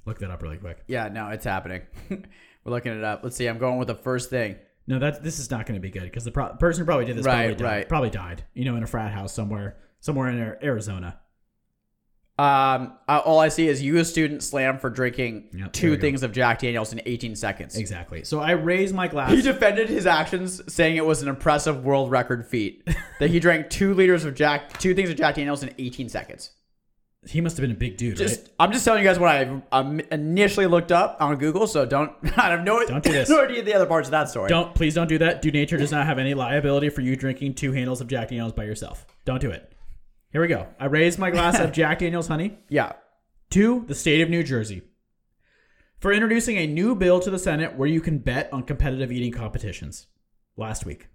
Speaker 1: Look that up really quick.
Speaker 2: Yeah, no, it's happening. *laughs* We're looking it up. Let's see. I'm going with the first thing.
Speaker 1: No, that's this is not going to be good because the pro- person who probably did this
Speaker 2: Right,
Speaker 1: probably, died,
Speaker 2: right.
Speaker 1: probably died. You know, in a frat house somewhere, somewhere in Ar- Arizona.
Speaker 2: Um, uh, all I see is you, a student, slammed for drinking
Speaker 1: Yep, there we
Speaker 2: two
Speaker 1: go.
Speaker 2: things of Jack Daniels in 18 seconds.
Speaker 1: Exactly. So I raise my glass.
Speaker 2: *laughs* He defended his actions, saying it was an impressive world record feat that he drank two liters of Jack, two things of Jack Daniels in 18 seconds.
Speaker 1: he must have been a big dude.
Speaker 2: Just,
Speaker 1: right?
Speaker 2: I'm just telling you guys what I um, initially looked up on Google, so don't. *laughs* I have no,
Speaker 1: Don't do this.
Speaker 2: *laughs* no idea the other parts of that story.
Speaker 1: Don't please don't do that. Do nature does not have any liability for you drinking two handles of Jack Daniels by yourself. Don't do it. Here we go. I raise my glass
Speaker 2: *laughs*
Speaker 1: of Jack Daniels honey.
Speaker 2: Yeah.
Speaker 1: to the state of New Jersey for introducing a new bill to the Senate where you can bet on competitive eating competitions last week.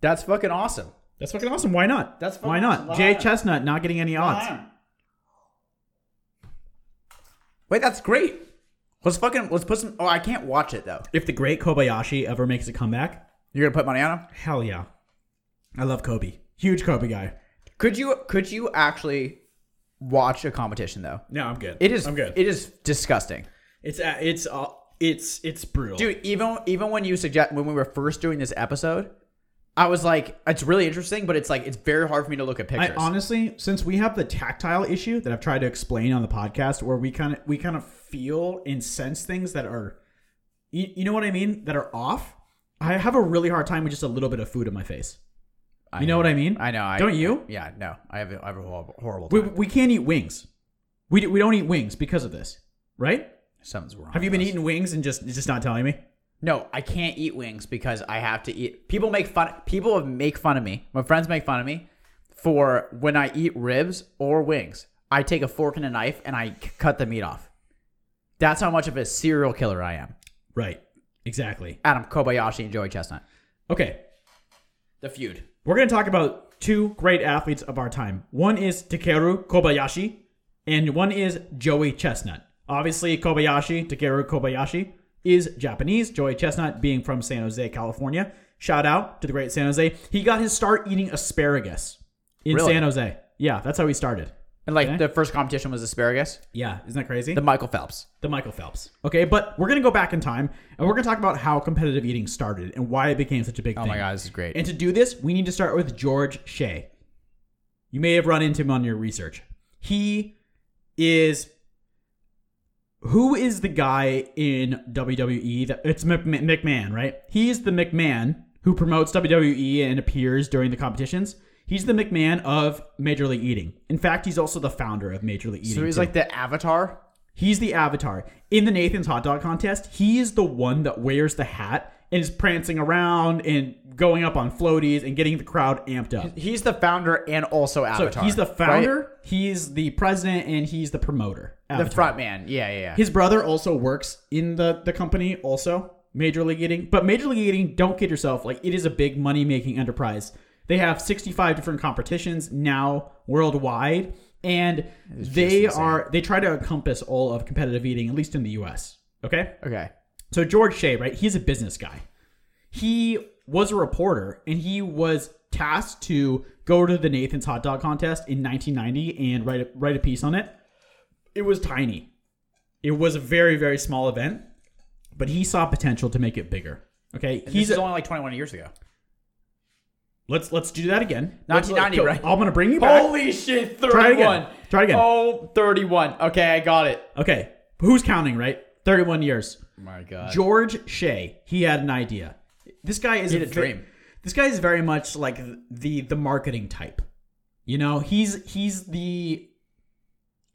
Speaker 2: That's fucking awesome.
Speaker 1: That's fucking awesome. Why not?
Speaker 2: That's fucking
Speaker 1: why
Speaker 2: awesome. Why
Speaker 1: not? Jay
Speaker 2: not?
Speaker 1: Chestnut not getting any odds.
Speaker 2: Wait, that's great. Let's fucking let's put some. Oh, I can't watch it though.
Speaker 1: If the great Kobayashi ever makes a comeback,
Speaker 2: You're gonna put money on him.
Speaker 1: hell yeah. I love Kobe. Huge Kobe guy.
Speaker 2: Could you could you actually watch a competition though?
Speaker 1: No, I'm good.
Speaker 2: It is
Speaker 1: I'm good.
Speaker 2: It is disgusting,
Speaker 1: it's uh, it's uh, it's it's brutal.
Speaker 2: dude. Even even when you suggest when we were first doing this episode, I was like, it's really interesting, but it's like it's very hard for me to look at
Speaker 1: I
Speaker 2: pictures.
Speaker 1: honestly, since we have the tactile issue that I've tried to explain on the podcast, where we kind of we kind of feel and sense things that are, you, you know what I mean, that are off. I have a really hard time with just a little bit of food in my face. You know what I mean?
Speaker 2: I know. I,
Speaker 1: Don't you?
Speaker 2: Yeah. No. I have. a- I have a horrible. horrible
Speaker 1: We,
Speaker 2: time.
Speaker 1: we can't eat wings. We do- we don't eat wings because of this, right?
Speaker 2: Something's wrong.
Speaker 1: Have you
Speaker 2: with
Speaker 1: been
Speaker 2: us.
Speaker 1: eating wings and just just not telling me?
Speaker 2: No, I can't eat wings because I have to eat. People make fun. People make fun of me. My friends make fun of me for when I eat ribs or wings. I take a fork and a knife and I c- cut the meat off. That's how much of a serial killer I am.
Speaker 1: Right. Exactly.
Speaker 2: Adam Kobayashi and Joey Chestnut.
Speaker 1: Okay.
Speaker 2: The feud.
Speaker 1: We're going to talk about two great athletes of our time. One is Takeru Kobayashi, and one is Joey Chestnut. Obviously, Kobayashi, Takeru Kobayashi, is Japanese. Joey Chestnut being from San Jose, California. Shout out to the great San Jose. He got his start eating asparagus in
Speaker 2: Really?
Speaker 1: San Jose. Yeah, that's how he started.
Speaker 2: And like
Speaker 1: Okay.
Speaker 2: the first competition was asparagus.
Speaker 1: Yeah, isn't that crazy?
Speaker 2: The Michael Phelps.
Speaker 1: the Michael Phelps. Okay, but we're going to go back in time and we're going to talk about how competitive eating started and why it became such a big
Speaker 2: Oh
Speaker 1: thing.
Speaker 2: my god, this is great.
Speaker 1: And to do this, we need to start with George Shea. You may have run into him on your research. He is who is the guy in WWE that it's Mc- Mc- McMahon, right? He's the McMahon who promotes WWE and appears during the competitions. He's the McMahon of Major League Eating. In fact, he's also the founder of Major League Eating.
Speaker 2: so he's
Speaker 1: too.
Speaker 2: like the avatar.
Speaker 1: He's the avatar. In the Nathan's hot dog contest, he is the one that wears the hat and is prancing around and going up on floaties and getting the crowd amped up.
Speaker 2: He's the founder and also
Speaker 1: So
Speaker 2: avatar.
Speaker 1: he's the
Speaker 2: right?
Speaker 1: founder, he's the president, and he's the promoter.
Speaker 2: the front man. Yeah, yeah, yeah.
Speaker 1: His brother also works in the, the company, also Major League Eating. But Major League Eating, don't kid yourself, like it is a big money making enterprise. They have 65 different competitions now worldwide, and they are they try to encompass all of competitive eating, at least in the US. Okay?
Speaker 2: okay.
Speaker 1: So George Shea, right? He's a business guy. He was a reporter and he was tasked to go to the Nathan's hot dog contest in 1990 and write a, write a piece on it. It was tiny. It was a very very small event, but he saw potential to make it bigger. Okay,
Speaker 2: He's
Speaker 1: he's a,
Speaker 2: only like 21 years ago.
Speaker 1: let's let's do that again.
Speaker 2: 1990,
Speaker 1: Let's-
Speaker 2: right?
Speaker 1: I'm gonna bring you back.
Speaker 2: Holy shit, 31.
Speaker 1: Try it again. Try it again.
Speaker 2: Oh, 31. Okay, I got it.
Speaker 1: Okay, who's counting? Right, 31 years.
Speaker 2: my god.
Speaker 1: George Shea, he had an idea. This guy is
Speaker 2: had a
Speaker 1: ve-
Speaker 2: dream.
Speaker 1: This guy is very much like the the marketing type. You know, he's he's the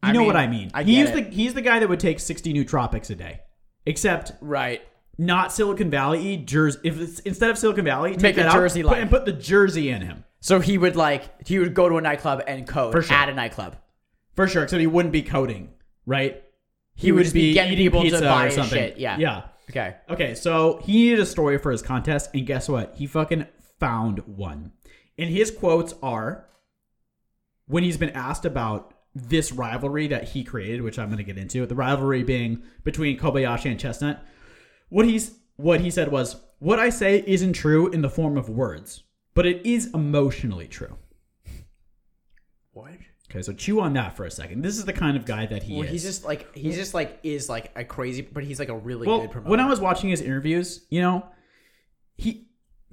Speaker 1: you
Speaker 2: I
Speaker 1: know
Speaker 2: mean,
Speaker 1: what I mean.
Speaker 2: I
Speaker 1: he's
Speaker 2: get it.
Speaker 1: the he's the guy that would take 60 nootropics a day. Except
Speaker 2: Right.
Speaker 1: not Silicon Valley, Jersey. If it's, instead of Silicon Valley, take
Speaker 2: Make a
Speaker 1: that out,
Speaker 2: Jersey
Speaker 1: put-
Speaker 2: line.
Speaker 1: and put the Jersey in him
Speaker 2: So he would like he would go to a nightclub and code
Speaker 1: sure.
Speaker 2: at a nightclub.
Speaker 1: for sure. Except he wouldn't be coding, right? He,
Speaker 2: would just be getting
Speaker 1: eating
Speaker 2: people to
Speaker 1: pizza
Speaker 2: buy
Speaker 1: or
Speaker 2: his
Speaker 1: something.
Speaker 2: shit, yeah.
Speaker 1: yeah.
Speaker 2: Okay.
Speaker 1: Okay, so he needed a story for his contest, and guess what? He fucking found one. And his quotes are when he's been asked about this rivalry that he created, which I'm going to get into, the rivalry being between Kobayashi and Chestnut. What he's what he said was, "What I say isn't true in the form of words, but it is emotionally true."
Speaker 2: What?
Speaker 1: Okay, so chew on that for a second. This is the kind of guy that he
Speaker 2: Well,
Speaker 1: is.
Speaker 2: he's just like he's just like is like a crazy, but he's like a really
Speaker 1: well,
Speaker 2: good promoter.
Speaker 1: when I was watching his interviews, you know, he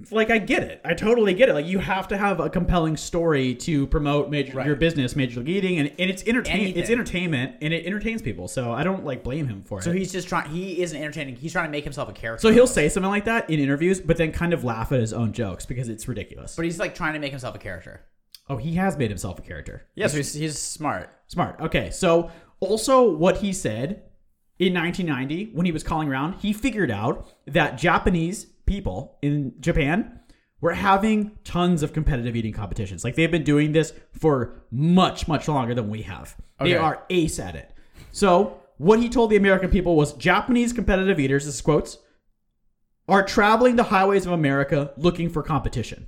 Speaker 1: like I get it. I totally get it. Like you have to have a compelling story to promote major
Speaker 2: Right.
Speaker 1: your business, major league eating, and, and it's entertain
Speaker 2: Anything.
Speaker 1: it's entertainment and it entertains people. So I don't like blame him for
Speaker 2: so
Speaker 1: it.
Speaker 2: he's just trying. He isn't entertaining. He's trying to make himself a character.
Speaker 1: so he'll say something like that in interviews, but then kind of laugh at his own jokes because it's ridiculous.
Speaker 2: but he's like trying to make himself a character.
Speaker 1: oh, he has made himself a character.
Speaker 2: Yeah, so he's, he's smart.
Speaker 1: Smart. Okay. So also what he said in 1990 when he was calling around, he figured out that Japanese people in Japan were having tons of competitive eating competitions. Like they've been doing this for much much longer than we have. They
Speaker 2: Okay.
Speaker 1: are ace at it. So what he told the American people was Japanese competitive eaters, this is quotes, are traveling the highways of America looking for competition.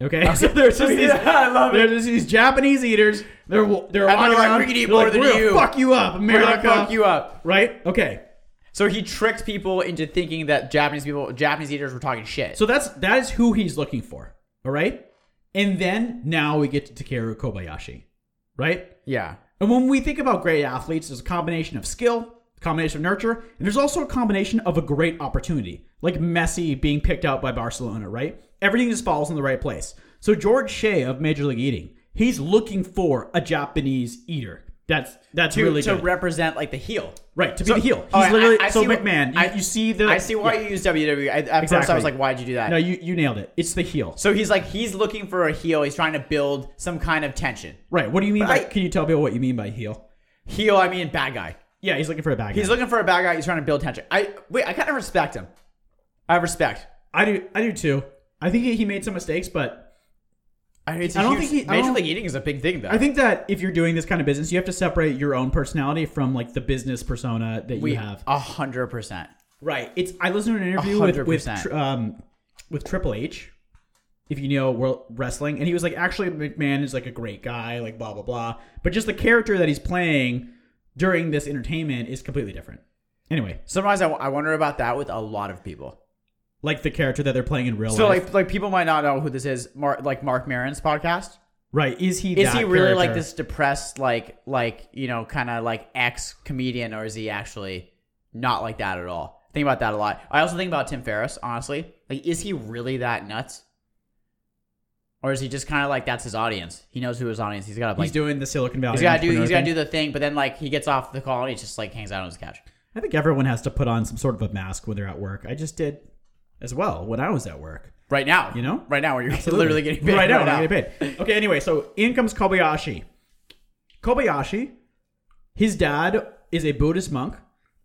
Speaker 1: Okay, *laughs* *laughs* so
Speaker 2: *laughs*
Speaker 1: there's just these,
Speaker 2: I love
Speaker 1: there's just these Japanese eaters. They're they're
Speaker 2: And they're
Speaker 1: walking
Speaker 2: like,
Speaker 1: around,
Speaker 2: "We can eat
Speaker 1: they're
Speaker 2: more
Speaker 1: like,
Speaker 2: than
Speaker 1: "We're gonna
Speaker 2: you.
Speaker 1: Fuck you up,
Speaker 2: We're
Speaker 1: America.
Speaker 2: gonna fuck you up.
Speaker 1: Right? Okay.
Speaker 2: So he tricked people into thinking that Japanese people, Japanese eaters, were talking shit.
Speaker 1: So that's that is who he's looking for. All right. And then now we get to Takeru Kobayashi, right?
Speaker 2: yeah,
Speaker 1: And when we think about great athletes, there's a combination of skill, combination of nurture, and there's also a combination of a great opportunity, like Messi being picked out by Barcelona, right? Everything just falls in the right place. So George Shea of Major League Eating, he's looking for a Japanese eater. That's that's
Speaker 2: to,
Speaker 1: really
Speaker 2: to
Speaker 1: good.
Speaker 2: represent like the heel.
Speaker 1: right to be the heel. He's
Speaker 2: all right, I-
Speaker 1: literally
Speaker 2: I
Speaker 1: so
Speaker 2: see what-
Speaker 1: McMahon.
Speaker 2: I-
Speaker 1: you, you see the
Speaker 2: I see why you use WWE. I, at first, I
Speaker 1: Exactly.
Speaker 2: was like, why'd you do that?
Speaker 1: No, you you nailed it. It's the heel.
Speaker 2: so he's like, he's looking for a heel. He's trying to build some kind of tension.
Speaker 1: Right. What do you mean? By,
Speaker 2: I-
Speaker 1: can you tell people what you mean by heel?
Speaker 2: Heel, I mean bad guy.
Speaker 1: Yeah, he's looking for a bad guy.
Speaker 2: He's looking for a bad guy. He's trying to build tension. I wait. I kind of respect him. I respect.
Speaker 1: I do. I do too. I think he he made some mistakes, but
Speaker 2: I, it's
Speaker 1: I
Speaker 2: a
Speaker 1: don't
Speaker 2: huge-
Speaker 1: think he- I
Speaker 2: major
Speaker 1: don't-
Speaker 2: league eating is a big thing though.
Speaker 1: I think that if you're doing this kind of business, you have to separate your own personality from like the business persona that
Speaker 2: we
Speaker 1: you have.
Speaker 2: a hundred percent.
Speaker 1: Right. It's I listened to an interview with with
Speaker 2: 100%.
Speaker 1: tr- um with Triple H, if you know world wrestling, and he was like, actually McMahon is like a great guy, like blah blah blah, but just the character that he's playing during this entertainment is completely different. Anyway,
Speaker 2: Sometimes I, I wonder about that with a lot of people.
Speaker 1: like the character that they're playing in real
Speaker 2: So
Speaker 1: life,
Speaker 2: like like people might not know who this is. Mar- like Mark Maron's podcast.
Speaker 1: right? Is he
Speaker 2: Is
Speaker 1: that
Speaker 2: he really like
Speaker 1: character?
Speaker 2: this depressed like like you know kind of like ex comedian or is he actually not like that at all? Think about that a lot. I also think about Tim Ferriss. Honestly, like is he really that nuts? Or is he just kind of like that's his audience? He knows who his audience. He's got to
Speaker 1: He's
Speaker 2: like
Speaker 1: doing the Silicon Valley.
Speaker 2: He's gotta do.
Speaker 1: entrepreneur
Speaker 2: He's gotta
Speaker 1: thing.
Speaker 2: do the thing, but then like he gets off the call and he just like hangs out on his couch.
Speaker 1: I think everyone has to put on some sort of a mask when they're at work. I just did as well when I was at work.
Speaker 2: Right now,
Speaker 1: You know?
Speaker 2: right now where you're literally getting paid.
Speaker 1: right now. I'm getting paid. Okay. Anyway, so in comes Kobayashi. Kobayashi, his dad is a Buddhist monk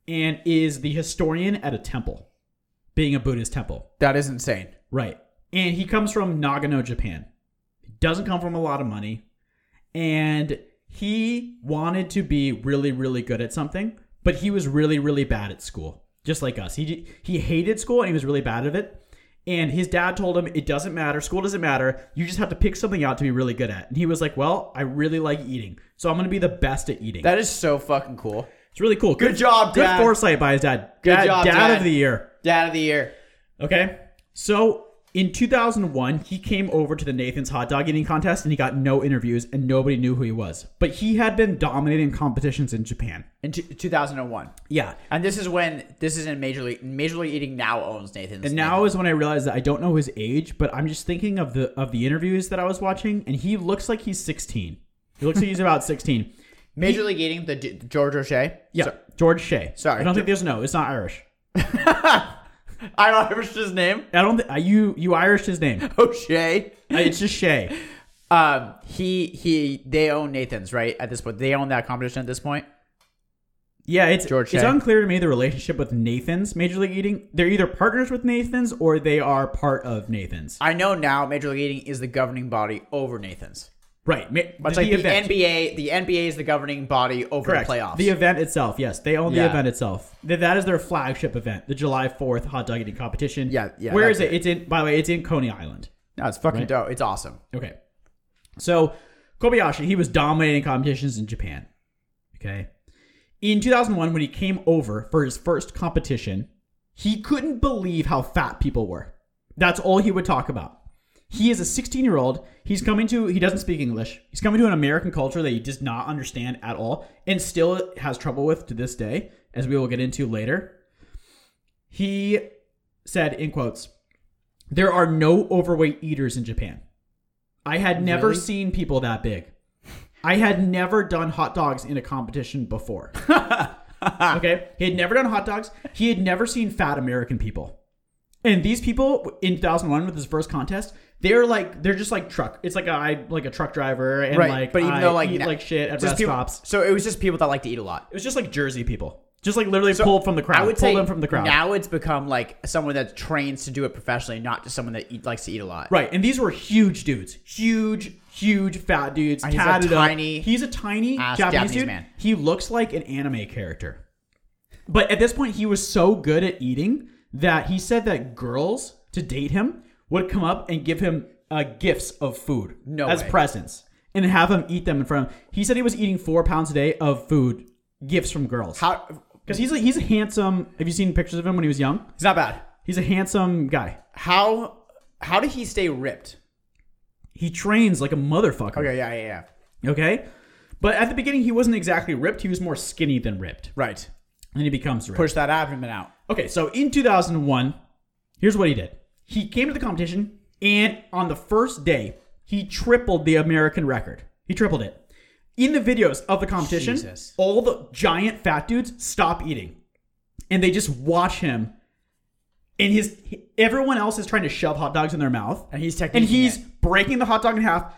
Speaker 1: and is the historian at a temple, being a Buddhist temple.
Speaker 2: That is insane.
Speaker 1: Right. And he comes from Nagano, Japan. He doesn't come from a lot of money. And he wanted to be really, really good at something, but he was really, really bad at school, just like us. He, he hated school and he was really bad at it. And his dad told him, it doesn't matter. School doesn't matter. You just have to pick something out to be really good at. And he was like, well, I really like eating. So I'm going to be the best at eating.
Speaker 2: That is so fucking cool.
Speaker 1: it's really cool. Good,
Speaker 2: job,
Speaker 1: Good
Speaker 2: Dad.
Speaker 1: foresight by his dad. Good
Speaker 2: job,
Speaker 1: dad
Speaker 2: Dad.
Speaker 1: of the year.
Speaker 2: Dad of the year.
Speaker 1: Okay. So in 2001, he came over to the Nathan's hot dog eating contest and he got no interviews and nobody knew who he was. But he had been dominating competitions in Japan.
Speaker 2: in t- 2001.
Speaker 1: Yeah.
Speaker 2: And this is when this is in Major League Major League Eating now owns Nathan's.
Speaker 1: And now is when I realized that I don't know his age, but I'm just thinking of the of the interviews that I was watching and he looks like he's 16. He looks like he's about 16.
Speaker 2: Major League Eating the D- George O'Shea.
Speaker 1: Yeah. George Shea.
Speaker 2: Sorry.
Speaker 1: I don't think there's no. It's not Irish.
Speaker 2: I don't remember his name. *laughs*
Speaker 1: I don't think you you Irish his name. Uh,
Speaker 2: O'Shea.
Speaker 1: It's just Shea.
Speaker 2: Um, he he. They own Nathan's right at this point. They own that competition at this point.
Speaker 1: Yeah, it's
Speaker 2: George
Speaker 1: it's
Speaker 2: Shea.
Speaker 1: unclear to me the relationship with Nathan's Major League Eating. They're either partners with Nathan's or they are part of Nathan's.
Speaker 2: I know now Major League Eating is the governing body over Nathan's.
Speaker 1: Right, ma-
Speaker 2: But it's like the NBA. The NBA is the governing body over
Speaker 1: Correct.
Speaker 2: the playoffs.
Speaker 1: The event itself, yes, they own the
Speaker 2: Yeah.
Speaker 1: event itself. Th- That is their flagship event, the July Fourth hot dog eating competition.
Speaker 2: Yeah, yeah,
Speaker 1: Where
Speaker 2: that's
Speaker 1: is it? It's in. By the way, it's in Coney Island.
Speaker 2: no, it's fucking dope. It's awesome.
Speaker 1: Okay. So Kobayashi, he was dominating competitions in Japan. Okay. In 2001, when he came over for his first competition, he couldn't believe how fat people were. That's all he would talk about. He is a 16 year old. He's coming to, he doesn't speak English. He's coming to an American culture that he does not understand at all and still has trouble with to this day, as we will get into later. He said, in quotes, there are no overweight eaters in Japan. I had never
Speaker 2: Really?
Speaker 1: seen people that big. I had never done hot dogs in a competition before.
Speaker 2: Ah.
Speaker 1: okay? He had never done hot dogs. He had never seen fat American people. And these people in 2001 with his first contest, they're like they're just like truck. It's like I like a truck driver and
Speaker 2: Right,
Speaker 1: like
Speaker 2: but even
Speaker 1: I
Speaker 2: though, like,
Speaker 1: eat
Speaker 2: na-
Speaker 1: like shit at
Speaker 2: Just
Speaker 1: rest
Speaker 2: people-
Speaker 1: stops.
Speaker 2: So it was just people that like to eat a lot.
Speaker 1: It was just like Jersey people. Just like literally pulled from the crowd.
Speaker 2: I would
Speaker 1: pulled
Speaker 2: say
Speaker 1: them from the crowd.
Speaker 2: Now it's become like someone that trains to do it professionally, not just someone that eat, likes to eat a lot.
Speaker 1: Right, and these were huge dudes, huge, huge fat dudes.
Speaker 2: he's a
Speaker 1: tatted up.
Speaker 2: tiny
Speaker 1: He's a tiny
Speaker 2: ass
Speaker 1: Japanese,
Speaker 2: Japanese
Speaker 1: dude.
Speaker 2: man.
Speaker 1: He looks like an anime character, but at this point, he was so good at eating that he said that girls to date him would come up and give him uh, gifts of food
Speaker 2: No
Speaker 1: as
Speaker 2: way.
Speaker 1: presents and have him eat them in front of him. He said he was eating four pounds a day of food gifts from girls
Speaker 2: How?
Speaker 1: because he's a, he's a handsome. Have you seen pictures of him when he was young?
Speaker 2: It's not bad.
Speaker 1: He's a handsome guy.
Speaker 2: How? How did he stay ripped?
Speaker 1: He trains like a motherfucker.
Speaker 2: Okay, yeah, yeah, yeah.
Speaker 1: Okay? But at the beginning, he wasn't exactly ripped. He was more skinny than ripped.
Speaker 2: Right.
Speaker 1: And then he becomes ripped.
Speaker 2: Push that abdomen out.
Speaker 1: Okay, so in 2001, here's what he did. He came to the competition, and on the first day, he tripled the American record. He tripled it. In the videos of the competition,
Speaker 2: Jesus.
Speaker 1: all the giant fat dudes stop eating, and they just watch him. And his everyone else is trying to shove hot dogs in their mouth,
Speaker 2: And he's techniquing
Speaker 1: and he's
Speaker 2: it.
Speaker 1: breaking the hot dog in half,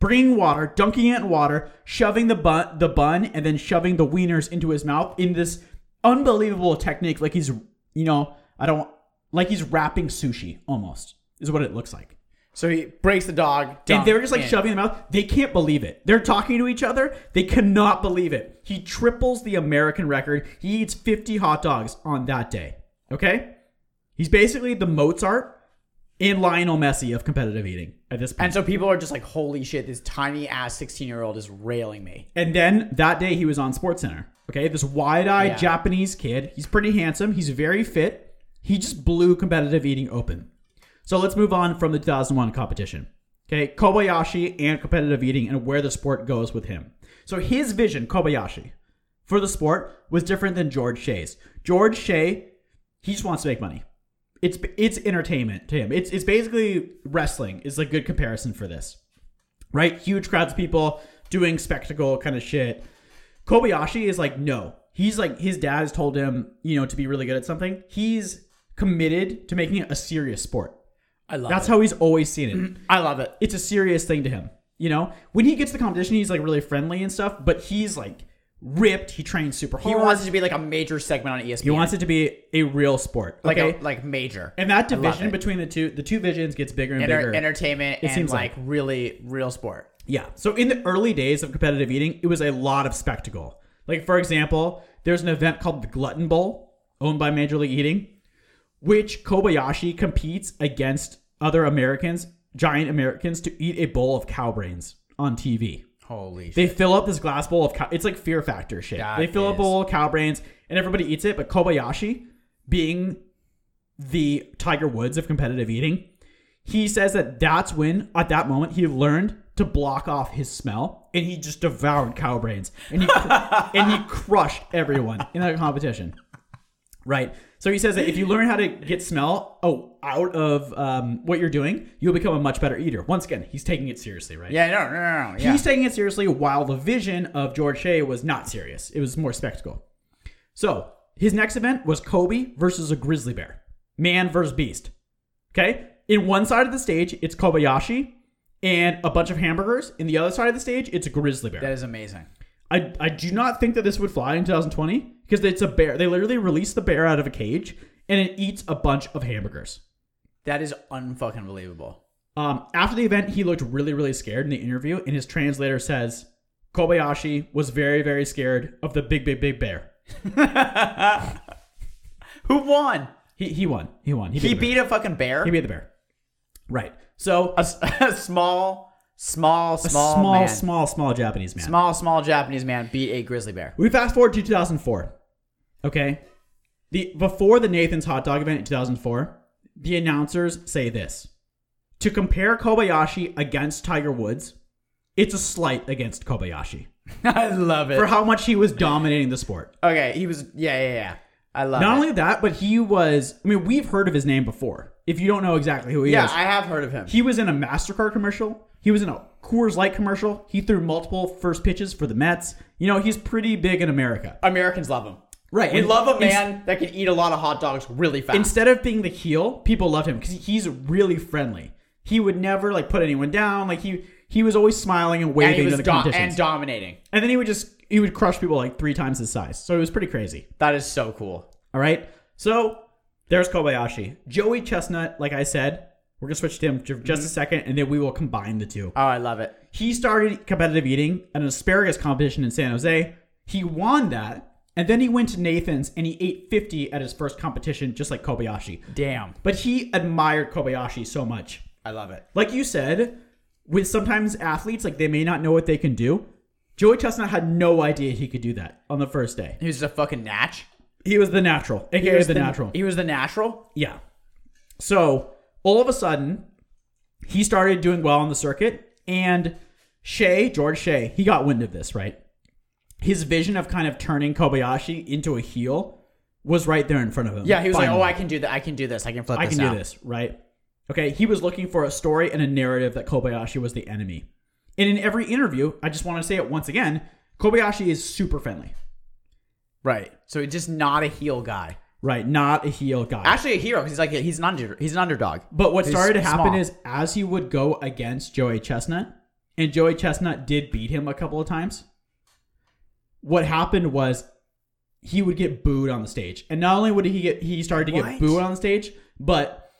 Speaker 1: bringing water, dunking it in water, shoving the bun, the bun, and then shoving the wieners into his mouth in this unbelievable technique. Like he's, you know, I don't like he's wrapping sushi almost is what it looks like.
Speaker 2: So he breaks the dog.
Speaker 1: And they're just like
Speaker 2: shoving.
Speaker 1: shoving them out. They can't believe it. They're talking to each other. They cannot believe it. He triples the American record. He eats 50 hot dogs on that day. Okay? He's basically the Mozart and Lionel Messi of competitive eating at this point.
Speaker 2: And so people are just like, holy shit, this tiny ass 16 year old is railing me.
Speaker 1: And then that day he was on Sports Center. Okay, this wide-eyed
Speaker 2: Yeah.
Speaker 1: Japanese kid. He's pretty handsome. He's very fit. He just blew competitive eating open. So let's move on from the 2001 competition. Okay, Kobayashi and competitive eating and where the sport goes with him. So his vision, Kobayashi, for the sport was different than George Shea's. George Shea, he just wants to make money. It's it's entertainment to him. It's it's basically wrestling is a good comparison for this right? Huge crowds of people doing spectacle kind of shit. Kobayashi is like, no. He's like, his dad has told him, you know, to be really good at something. He's committed to making it a serious sport.
Speaker 2: I love
Speaker 1: That's
Speaker 2: That's
Speaker 1: how he's always seen it.
Speaker 2: I love it.
Speaker 1: It's a serious thing to him, you know? When he gets to the competition, he's like really friendly and stuff, but he's like ripped. He trains super
Speaker 2: He
Speaker 1: hard.
Speaker 2: wants it to be like a major segment on E ESPN.
Speaker 1: He wants it to be a real sport.
Speaker 2: like
Speaker 1: okay?
Speaker 2: a, like major
Speaker 1: and that
Speaker 2: love
Speaker 1: division
Speaker 2: it.
Speaker 1: between the two, the two visions gets bigger and
Speaker 2: Enter-
Speaker 1: bigger.
Speaker 2: entertainment and
Speaker 1: seems
Speaker 2: like, really real sport.
Speaker 1: Yeah. So in the early days of competitive eating, it was a lot of spectacle. Like for example, there's an event called the Glutton Bowl, owned by Major League Eating, which Kobayashi competes against other Americans, giant Americans, to eat a bowl of cow brains on TV.
Speaker 2: Holy
Speaker 1: They fill up this glass bowl of cow. It's like Fear Factor shit.
Speaker 2: That
Speaker 1: they fill up a
Speaker 2: is-
Speaker 1: bowl of cow brains, and everybody eats it. But Kobayashi, being the Tiger Woods of competitive eating, he says that that's when, at that moment, he learned to block off his smell, and he just devoured cow brains, and he
Speaker 2: *laughs*
Speaker 1: and he crushed everyone in that competition. Right. So he says that if you learn how to get smell oh, out of um, what you're doing, you'll become a much better eater. Once again, he's taking it seriously, right?
Speaker 2: Yeah, no, no, no, no. Yeah.
Speaker 1: He's taking it seriously while the vision of George Shea was not serious. It was more spectacle. So his next event was Kobe versus a grizzly bear. Man versus beast. Okay? In one side of the stage, it's Kobayashi and a bunch of hamburgers. In the other side of the stage, it's a grizzly bear.
Speaker 2: that is amazing.
Speaker 1: I, I do not think that this would fly in 2020 because it's a bear. They literally release the bear out of a cage and it eats a bunch of hamburgers.
Speaker 2: That is unfucking believable.
Speaker 1: Um, after the event, he looked really, really scared in the interview, and his translator says Kobayashi was very, very scared of the big, big, big bear.
Speaker 2: Who won?
Speaker 1: He he won. He won. He beat.
Speaker 2: He
Speaker 1: the bear.
Speaker 2: beat a fucking bear.
Speaker 1: He beat the bear. Right. So
Speaker 2: a, s- *laughs* a small, small, small,
Speaker 1: small,
Speaker 2: man.
Speaker 1: small, small Japanese man.
Speaker 2: small, small Japanese man beat a
Speaker 1: *laughs*
Speaker 2: grizzly bear.
Speaker 1: We fast forward to 2004. Okay. The before the Nathan's hot dog event in 2004, the announcers say this. to compare Kobayashi against Tiger Woods, it's a slight against Kobayashi
Speaker 2: I love it.
Speaker 1: for how much he was dominating the sport.
Speaker 2: okay, he was. Yeah, yeah, yeah. I love
Speaker 1: Not
Speaker 2: it.
Speaker 1: only that, but he was. I mean, we've heard of his name before. If you don't know exactly who he
Speaker 2: yeah,
Speaker 1: is,
Speaker 2: I have heard of him.
Speaker 1: he was in a Mastercard commercial. He was in a Coors Light commercial. He threw multiple first pitches for the Mets. You know, he's pretty big in America.
Speaker 2: Americans love him.
Speaker 1: Right.
Speaker 2: We
Speaker 1: and
Speaker 2: love a
Speaker 1: ins-
Speaker 2: man that can eat a lot of hot dogs really fast.
Speaker 1: instead of being the heel, people love him because he's really friendly. He would never like put anyone down. Like he he was always smiling and
Speaker 2: and he
Speaker 1: waving to
Speaker 2: was
Speaker 1: the
Speaker 2: do-
Speaker 1: competitions.
Speaker 2: and dominating.
Speaker 1: and then he would just he would crush people like three times his size. So it was pretty crazy.
Speaker 2: That is so cool.
Speaker 1: All right. So there's Kobayashi. Joey Chestnut, like I said, we're gonna switch to him ju- just a
Speaker 2: Mm-hmm.
Speaker 1: second, and then we will combine the two.
Speaker 2: Oh, I love it.
Speaker 1: He started competitive eating at an asparagus competition in San Jose. He won that, and then he went to Nathan's and he ate 50 at his first competition, just like Kobayashi.
Speaker 2: Damn,
Speaker 1: But he admired Kobayashi so much.
Speaker 2: I love it.
Speaker 1: Like you said, with sometimes athletes, like they may not know what they can do. Joey Chestnut had no idea he could do that on the first day.
Speaker 2: He was just a fucking natch.
Speaker 1: He was the natural, aka the, natural.
Speaker 2: He was the natural.
Speaker 1: Yeah. So all of a sudden, he started doing well on the circuit, and Shea, George Shea, he got wind of this, right? His vision of kind of turning Kobayashi into a heel was right there in front of him.
Speaker 2: Yeah, he was like,
Speaker 1: Finally.
Speaker 2: "Oh, I can do that. I can do this. I can flip.
Speaker 1: I
Speaker 2: this
Speaker 1: can
Speaker 2: out."
Speaker 1: do this, right? Okay, he was looking for a story and a narrative that Kobayashi was the enemy. And in every interview, I just want to say it once again Kobayashi is super friendly,
Speaker 2: Right. So he's just not a heel guy.
Speaker 1: right? Not a heel guy.
Speaker 2: Actually, a hero. 'cause He's like he's an under, he's an underdog.
Speaker 1: but what
Speaker 2: he's
Speaker 1: started to happen
Speaker 2: small.
Speaker 1: is as he would go against Joey Chestnut, and Joey Chestnut did beat him a couple of times, what happened was he would get booed on the stage. And not only would he get he started to
Speaker 2: What?
Speaker 1: get booed on the stage, but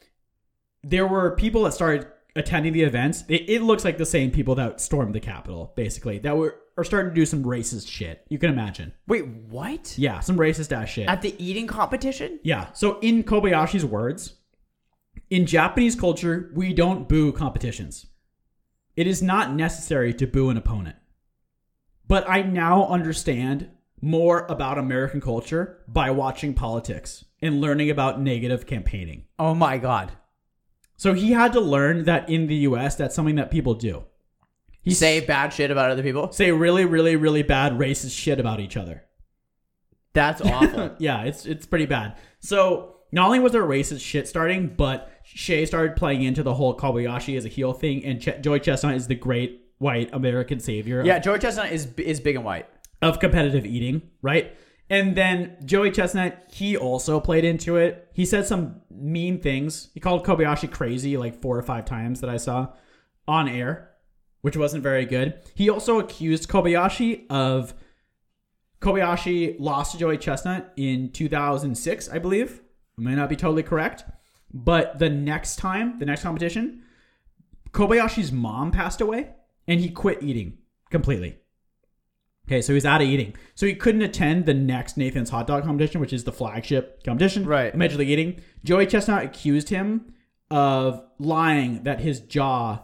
Speaker 1: there were people that started attending the events. It, it looks like the same people that stormed the Capitol, basically, that were are starting to do some racist shit. You can imagine.
Speaker 2: Wait, what?
Speaker 1: Yeah, some racist ass shit.
Speaker 2: At the eating competition?
Speaker 1: yeah. So in Kobayashi's words, in Japanese culture, we don't boo competitions. It is not necessary to boo an opponent. But I now understand more about American culture by watching politics and learning about negative campaigning.
Speaker 2: Oh my god.
Speaker 1: So he had to learn that in the US, that's something that people do.
Speaker 2: You say bad shit about other people?
Speaker 1: Say really, really, really bad racist shit about each other.
Speaker 2: That's awful.
Speaker 1: *laughs* Yeah, it's it's pretty bad. So not only was there racist shit starting, but Shay started playing into the whole Kobayashi as a heel thing, and Ch- Joey Chestnut is the great white American savior of-
Speaker 2: *laughs* yeah, George Chestnut is is big and white.
Speaker 1: of competitive eating, right? And then Joey Chestnut, he also played into it. He said some mean things. He called Kobayashi crazy like four or five times that I saw on air, which wasn't very good. He also accused Kobayashi of Kobayashi lost to Joey Chestnut in 2006, I believe. I may not be totally correct, but the next time, the next competition, Kobayashi's mom passed away and he quit eating completely. Okay, so he's out of eating. So he couldn't attend the next Nathan's hot dog competition, which is the flagship competition.
Speaker 2: Right.
Speaker 1: of Major League Eating. Joey Chestnut accused him of lying that his jaw,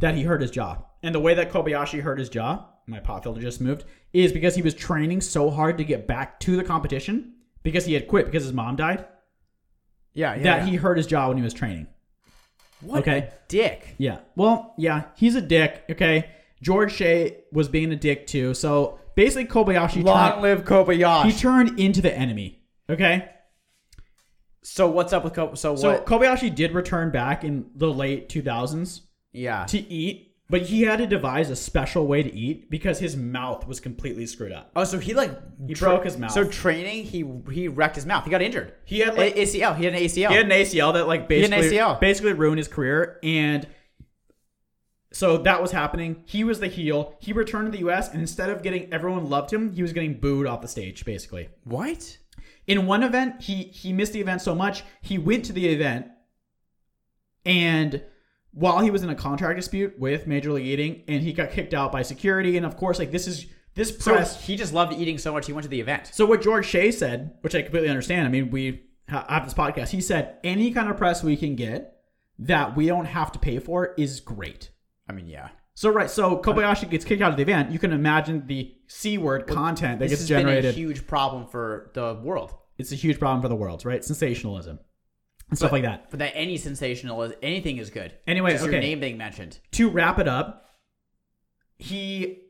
Speaker 1: that he hurt his jaw. And the way that Kobayashi hurt his jaw, my pot filter just moved, is because he was training so hard to get back to the competition because he had quit because his mom died
Speaker 2: Yeah, yeah.
Speaker 1: that
Speaker 2: yeah.
Speaker 1: he hurt his jaw when he was training.
Speaker 2: what
Speaker 1: okay.
Speaker 2: a dick.
Speaker 1: Yeah. Well, yeah, he's a dick. Okay. George Shea was being a dick too. So basically, Kobayashi
Speaker 2: Long
Speaker 1: turned,
Speaker 2: live Kobayashi.
Speaker 1: he turned into the enemy. Okay.
Speaker 2: so what's up with Kob? So what?
Speaker 1: So Kobayashi did return back in the late 2000s
Speaker 2: yeah.
Speaker 1: to eat, but he had to devise a special way to eat because his mouth was completely screwed up.
Speaker 2: oh, so he like
Speaker 1: He broke his mouth.
Speaker 2: So training, he he wrecked his mouth. He got injured.
Speaker 1: He had,
Speaker 2: A-
Speaker 1: like-
Speaker 2: ACL. He had an ACL.
Speaker 1: He had an ACL that like
Speaker 2: had an
Speaker 1: basically
Speaker 2: ACL.
Speaker 1: basically ruined his career, and so that was happening. He was the heel. He returned to the U.S. and instead of getting everyone loved him, he was getting booed off the stage. Basically,
Speaker 2: what?
Speaker 1: in one event, he he missed the event so much he went to the event, and while he was in a contract dispute with Major League Eating, and he got kicked out by security, and of course, like this is this
Speaker 2: So
Speaker 1: press
Speaker 2: he just loved eating so much he went to the event.
Speaker 1: so what George Shea said, which I completely understand. I mean, we ha- have this podcast. He said any kind of press we can get that we don't have to pay for is great.
Speaker 2: I mean, yeah.
Speaker 1: So right, so Kobayashi gets kicked out of the event. You can imagine the c-word content that
Speaker 2: This
Speaker 1: gets
Speaker 2: has been a
Speaker 1: generated.
Speaker 2: huge problem for the world.
Speaker 1: it's a huge problem for the world, right? Sensationalism. and stuff like that.
Speaker 2: But that any sensational is anything is good.
Speaker 1: Anyway,
Speaker 2: Just
Speaker 1: okay.
Speaker 2: your name being mentioned.
Speaker 1: to wrap it up, he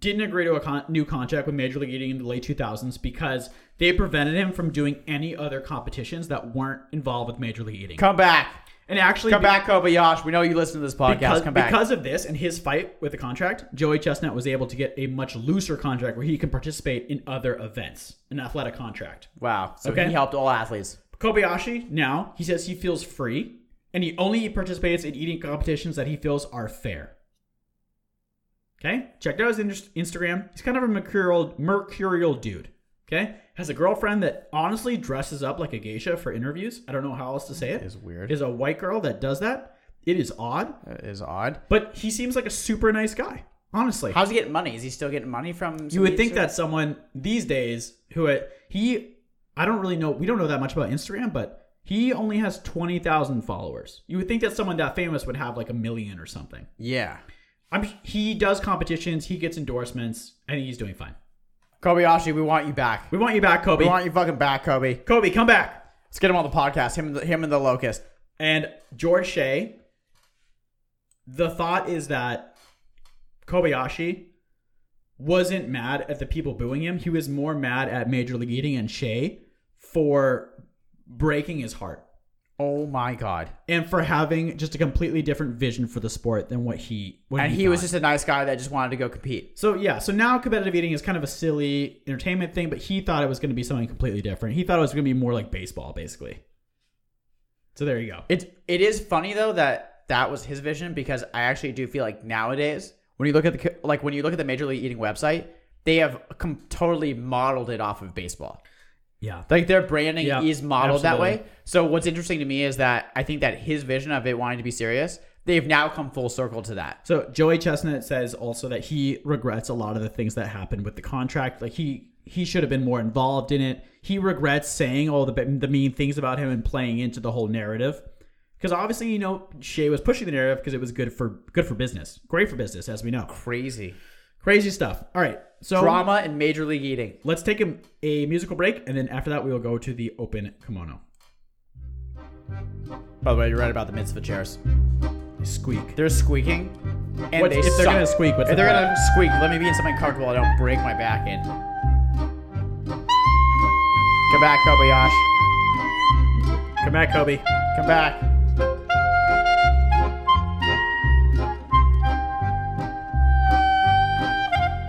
Speaker 1: didn't agree to a con- new contract with Major League Eating in the late 2000s because they prevented him from doing any other competitions that weren't involved with Major League Eating.
Speaker 2: Come back.
Speaker 1: And actually,
Speaker 2: Come
Speaker 1: be-
Speaker 2: back, Kobayashi. We know you listen to this podcast.
Speaker 1: because,
Speaker 2: Come back.
Speaker 1: because of this and his fight with the contract, Joey Chestnut was able to get a much looser contract where he can participate in other events, an athletic contract.
Speaker 2: wow. So
Speaker 1: Okay.
Speaker 2: he helped all athletes.
Speaker 1: Kobayashi now he says he feels free and he only participates in eating competitions that he feels are fair. Okay, checked out his inter- Instagram. He's kind of a mercurial, mercurial dude. Okay, has a girlfriend that honestly dresses up like a geisha for interviews. I don't know how else to say it.
Speaker 2: Is weird.
Speaker 1: Is a white girl that does that. It is odd,
Speaker 2: That is odd.
Speaker 1: but he seems like a super nice guy. Honestly,
Speaker 2: How's he getting money? Is he still getting money from?
Speaker 1: you would think that someone these days who had- he I don't really know we don't know that much about Instagram, but he only has twenty thousand followers. You would think that someone that famous would have like a million or something.
Speaker 2: Yeah.
Speaker 1: I'm he does competitions, he gets endorsements. I think he's doing fine.
Speaker 2: Kobayashi, we want you back.
Speaker 1: We want you back, Kobe.
Speaker 2: We want you fucking back, Kobe.
Speaker 1: Kobe, come back.
Speaker 2: Let's get him on the podcast. Him, and the, him, and the Locust.
Speaker 1: And George Shea, the thought is that Kobayashi wasn't mad at the people booing him. He was more mad at Major League Eating and Shea for breaking his heart
Speaker 2: Oh my god.
Speaker 1: and for having just a completely different vision for the sport than what he what
Speaker 2: And he was
Speaker 1: thought.
Speaker 2: just a nice guy that just wanted to go compete.
Speaker 1: So yeah, so now competitive eating is kind of a silly entertainment thing, but he thought it was going to be something completely different. He thought it was going to be more like baseball, basically. So there you go.
Speaker 2: It it is funny though that that was his vision because I actually do feel like nowadays when you look at the co- like when you look at the Major League Eating website, they have com- totally modeled it off of baseball.
Speaker 1: Yeah.
Speaker 2: Like their branding
Speaker 1: Yeah,
Speaker 2: is modeled that
Speaker 1: absolutely.
Speaker 2: way. So what's interesting to me is that I think that his vision of it wanting to be serious, they've now come full circle to that.
Speaker 1: So Joey Chestnut says also that he regrets a lot of the things that happened with the contract. Like he he should have been more involved in it. He regrets saying all the the mean things about him and playing into the whole narrative. Because obviously, you know, Shea was pushing the narrative because it was good for good for business, great for business, as we know.
Speaker 2: Crazy.
Speaker 1: Crazy stuff. All right, so
Speaker 2: Drama and Major League Eating.
Speaker 1: let's take a, a musical break, and then after that, we will go to the open kimono.
Speaker 2: By the way, you're right about the mitzvah chairs.
Speaker 1: Squeak.
Speaker 2: They're squeaking. And
Speaker 1: What's-
Speaker 2: they
Speaker 1: if they're
Speaker 2: suck.
Speaker 1: gonna squeak, what's
Speaker 2: if
Speaker 1: the
Speaker 2: they're
Speaker 1: point?
Speaker 2: gonna squeak, let me be in something comfortable. I don't break my back in. Come back, Kobayashi.
Speaker 1: Come back, Kobe.
Speaker 2: Come back.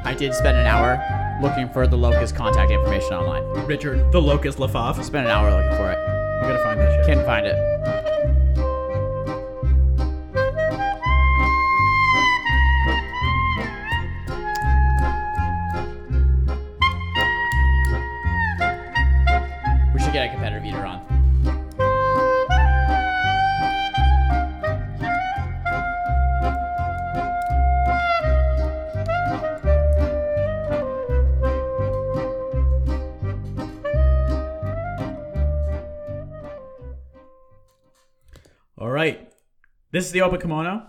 Speaker 2: I did spend an hour looking for the locust contact information online.
Speaker 1: Richard, the locust Lafav.
Speaker 2: Spent an hour looking for it.
Speaker 1: We gotta find that shit.
Speaker 2: Couldn't find it. We should get a competitive eater on.
Speaker 1: All right. This is the open kimono.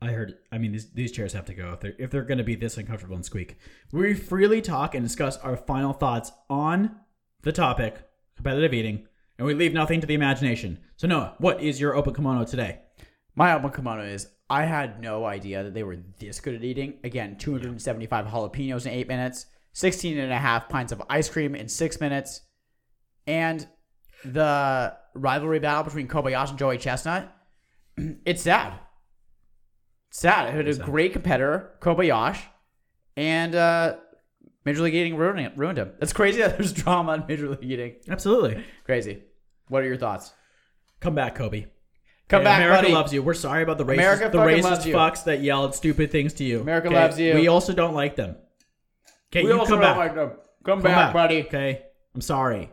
Speaker 1: I heard. I mean, these, these chairs have to go if they're if they're going to be this uncomfortable and squeak. We freely talk and discuss our final thoughts on the topic competitive eating, and we leave nothing to the imagination. So Noah, what is your open kimono today?
Speaker 2: My album kimono is I had no idea that they were this good at eating. Again, 275 jalapenos in eight minutes, 16 and a half pints of ice cream in six minutes, and the rivalry battle between Kobayashi and Joey Chestnut. *clears throat* It's sad. Sad. It had a great competitor, Kobayashi, and uh, Major League Eating ruined, it- ruined him. That's crazy that there's drama in Major League Eating.
Speaker 1: Absolutely.
Speaker 2: Crazy. What are your thoughts?
Speaker 1: Come back, Kobe.
Speaker 2: Come
Speaker 1: Okay,
Speaker 2: back,
Speaker 1: America
Speaker 2: buddy.
Speaker 1: loves you. We're sorry about the racist,
Speaker 2: America
Speaker 1: the
Speaker 2: fucking
Speaker 1: racist
Speaker 2: loves you.
Speaker 1: fucks that yelled stupid things to you.
Speaker 2: America loves you.
Speaker 1: We also don't like them. Okay,
Speaker 2: We
Speaker 1: you
Speaker 2: also
Speaker 1: come
Speaker 2: don't
Speaker 1: back.
Speaker 2: like them.
Speaker 1: Come
Speaker 2: Come, back, buddy.
Speaker 1: Okay. I'm sorry.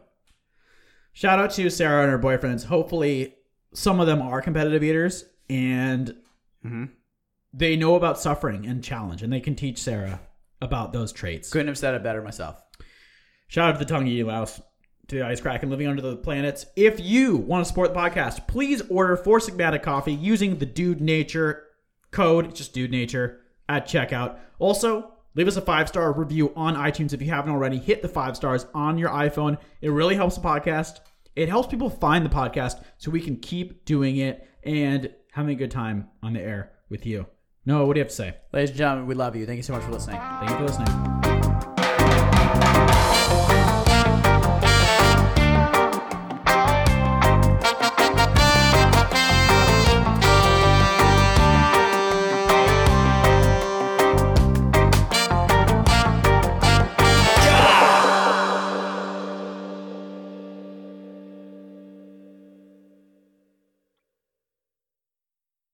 Speaker 1: Shout out to Sarah and her boyfriends. Hopefully, some of them are competitive eaters and
Speaker 2: Mm-hmm.
Speaker 1: they know about suffering and challenge, and they can teach Sarah about those traits.
Speaker 2: Couldn't have said it better myself.
Speaker 1: Shout out to the tongue eating louse, to the ice crack and living under the planets. If you want to support the podcast, please order four Sigmatic coffee using the Dude Nature code. It's just Dude Nature at checkout. Also, leave us a five star review on iTunes if you haven't already. Hit the five stars on your iPhone. It really helps the podcast. It helps people find the podcast so we can keep doing it and having a good time on the air with you. Noah, what do you have to say?
Speaker 2: Ladies and gentlemen, we love you. Thank you so much for listening.
Speaker 1: Thank you for listening.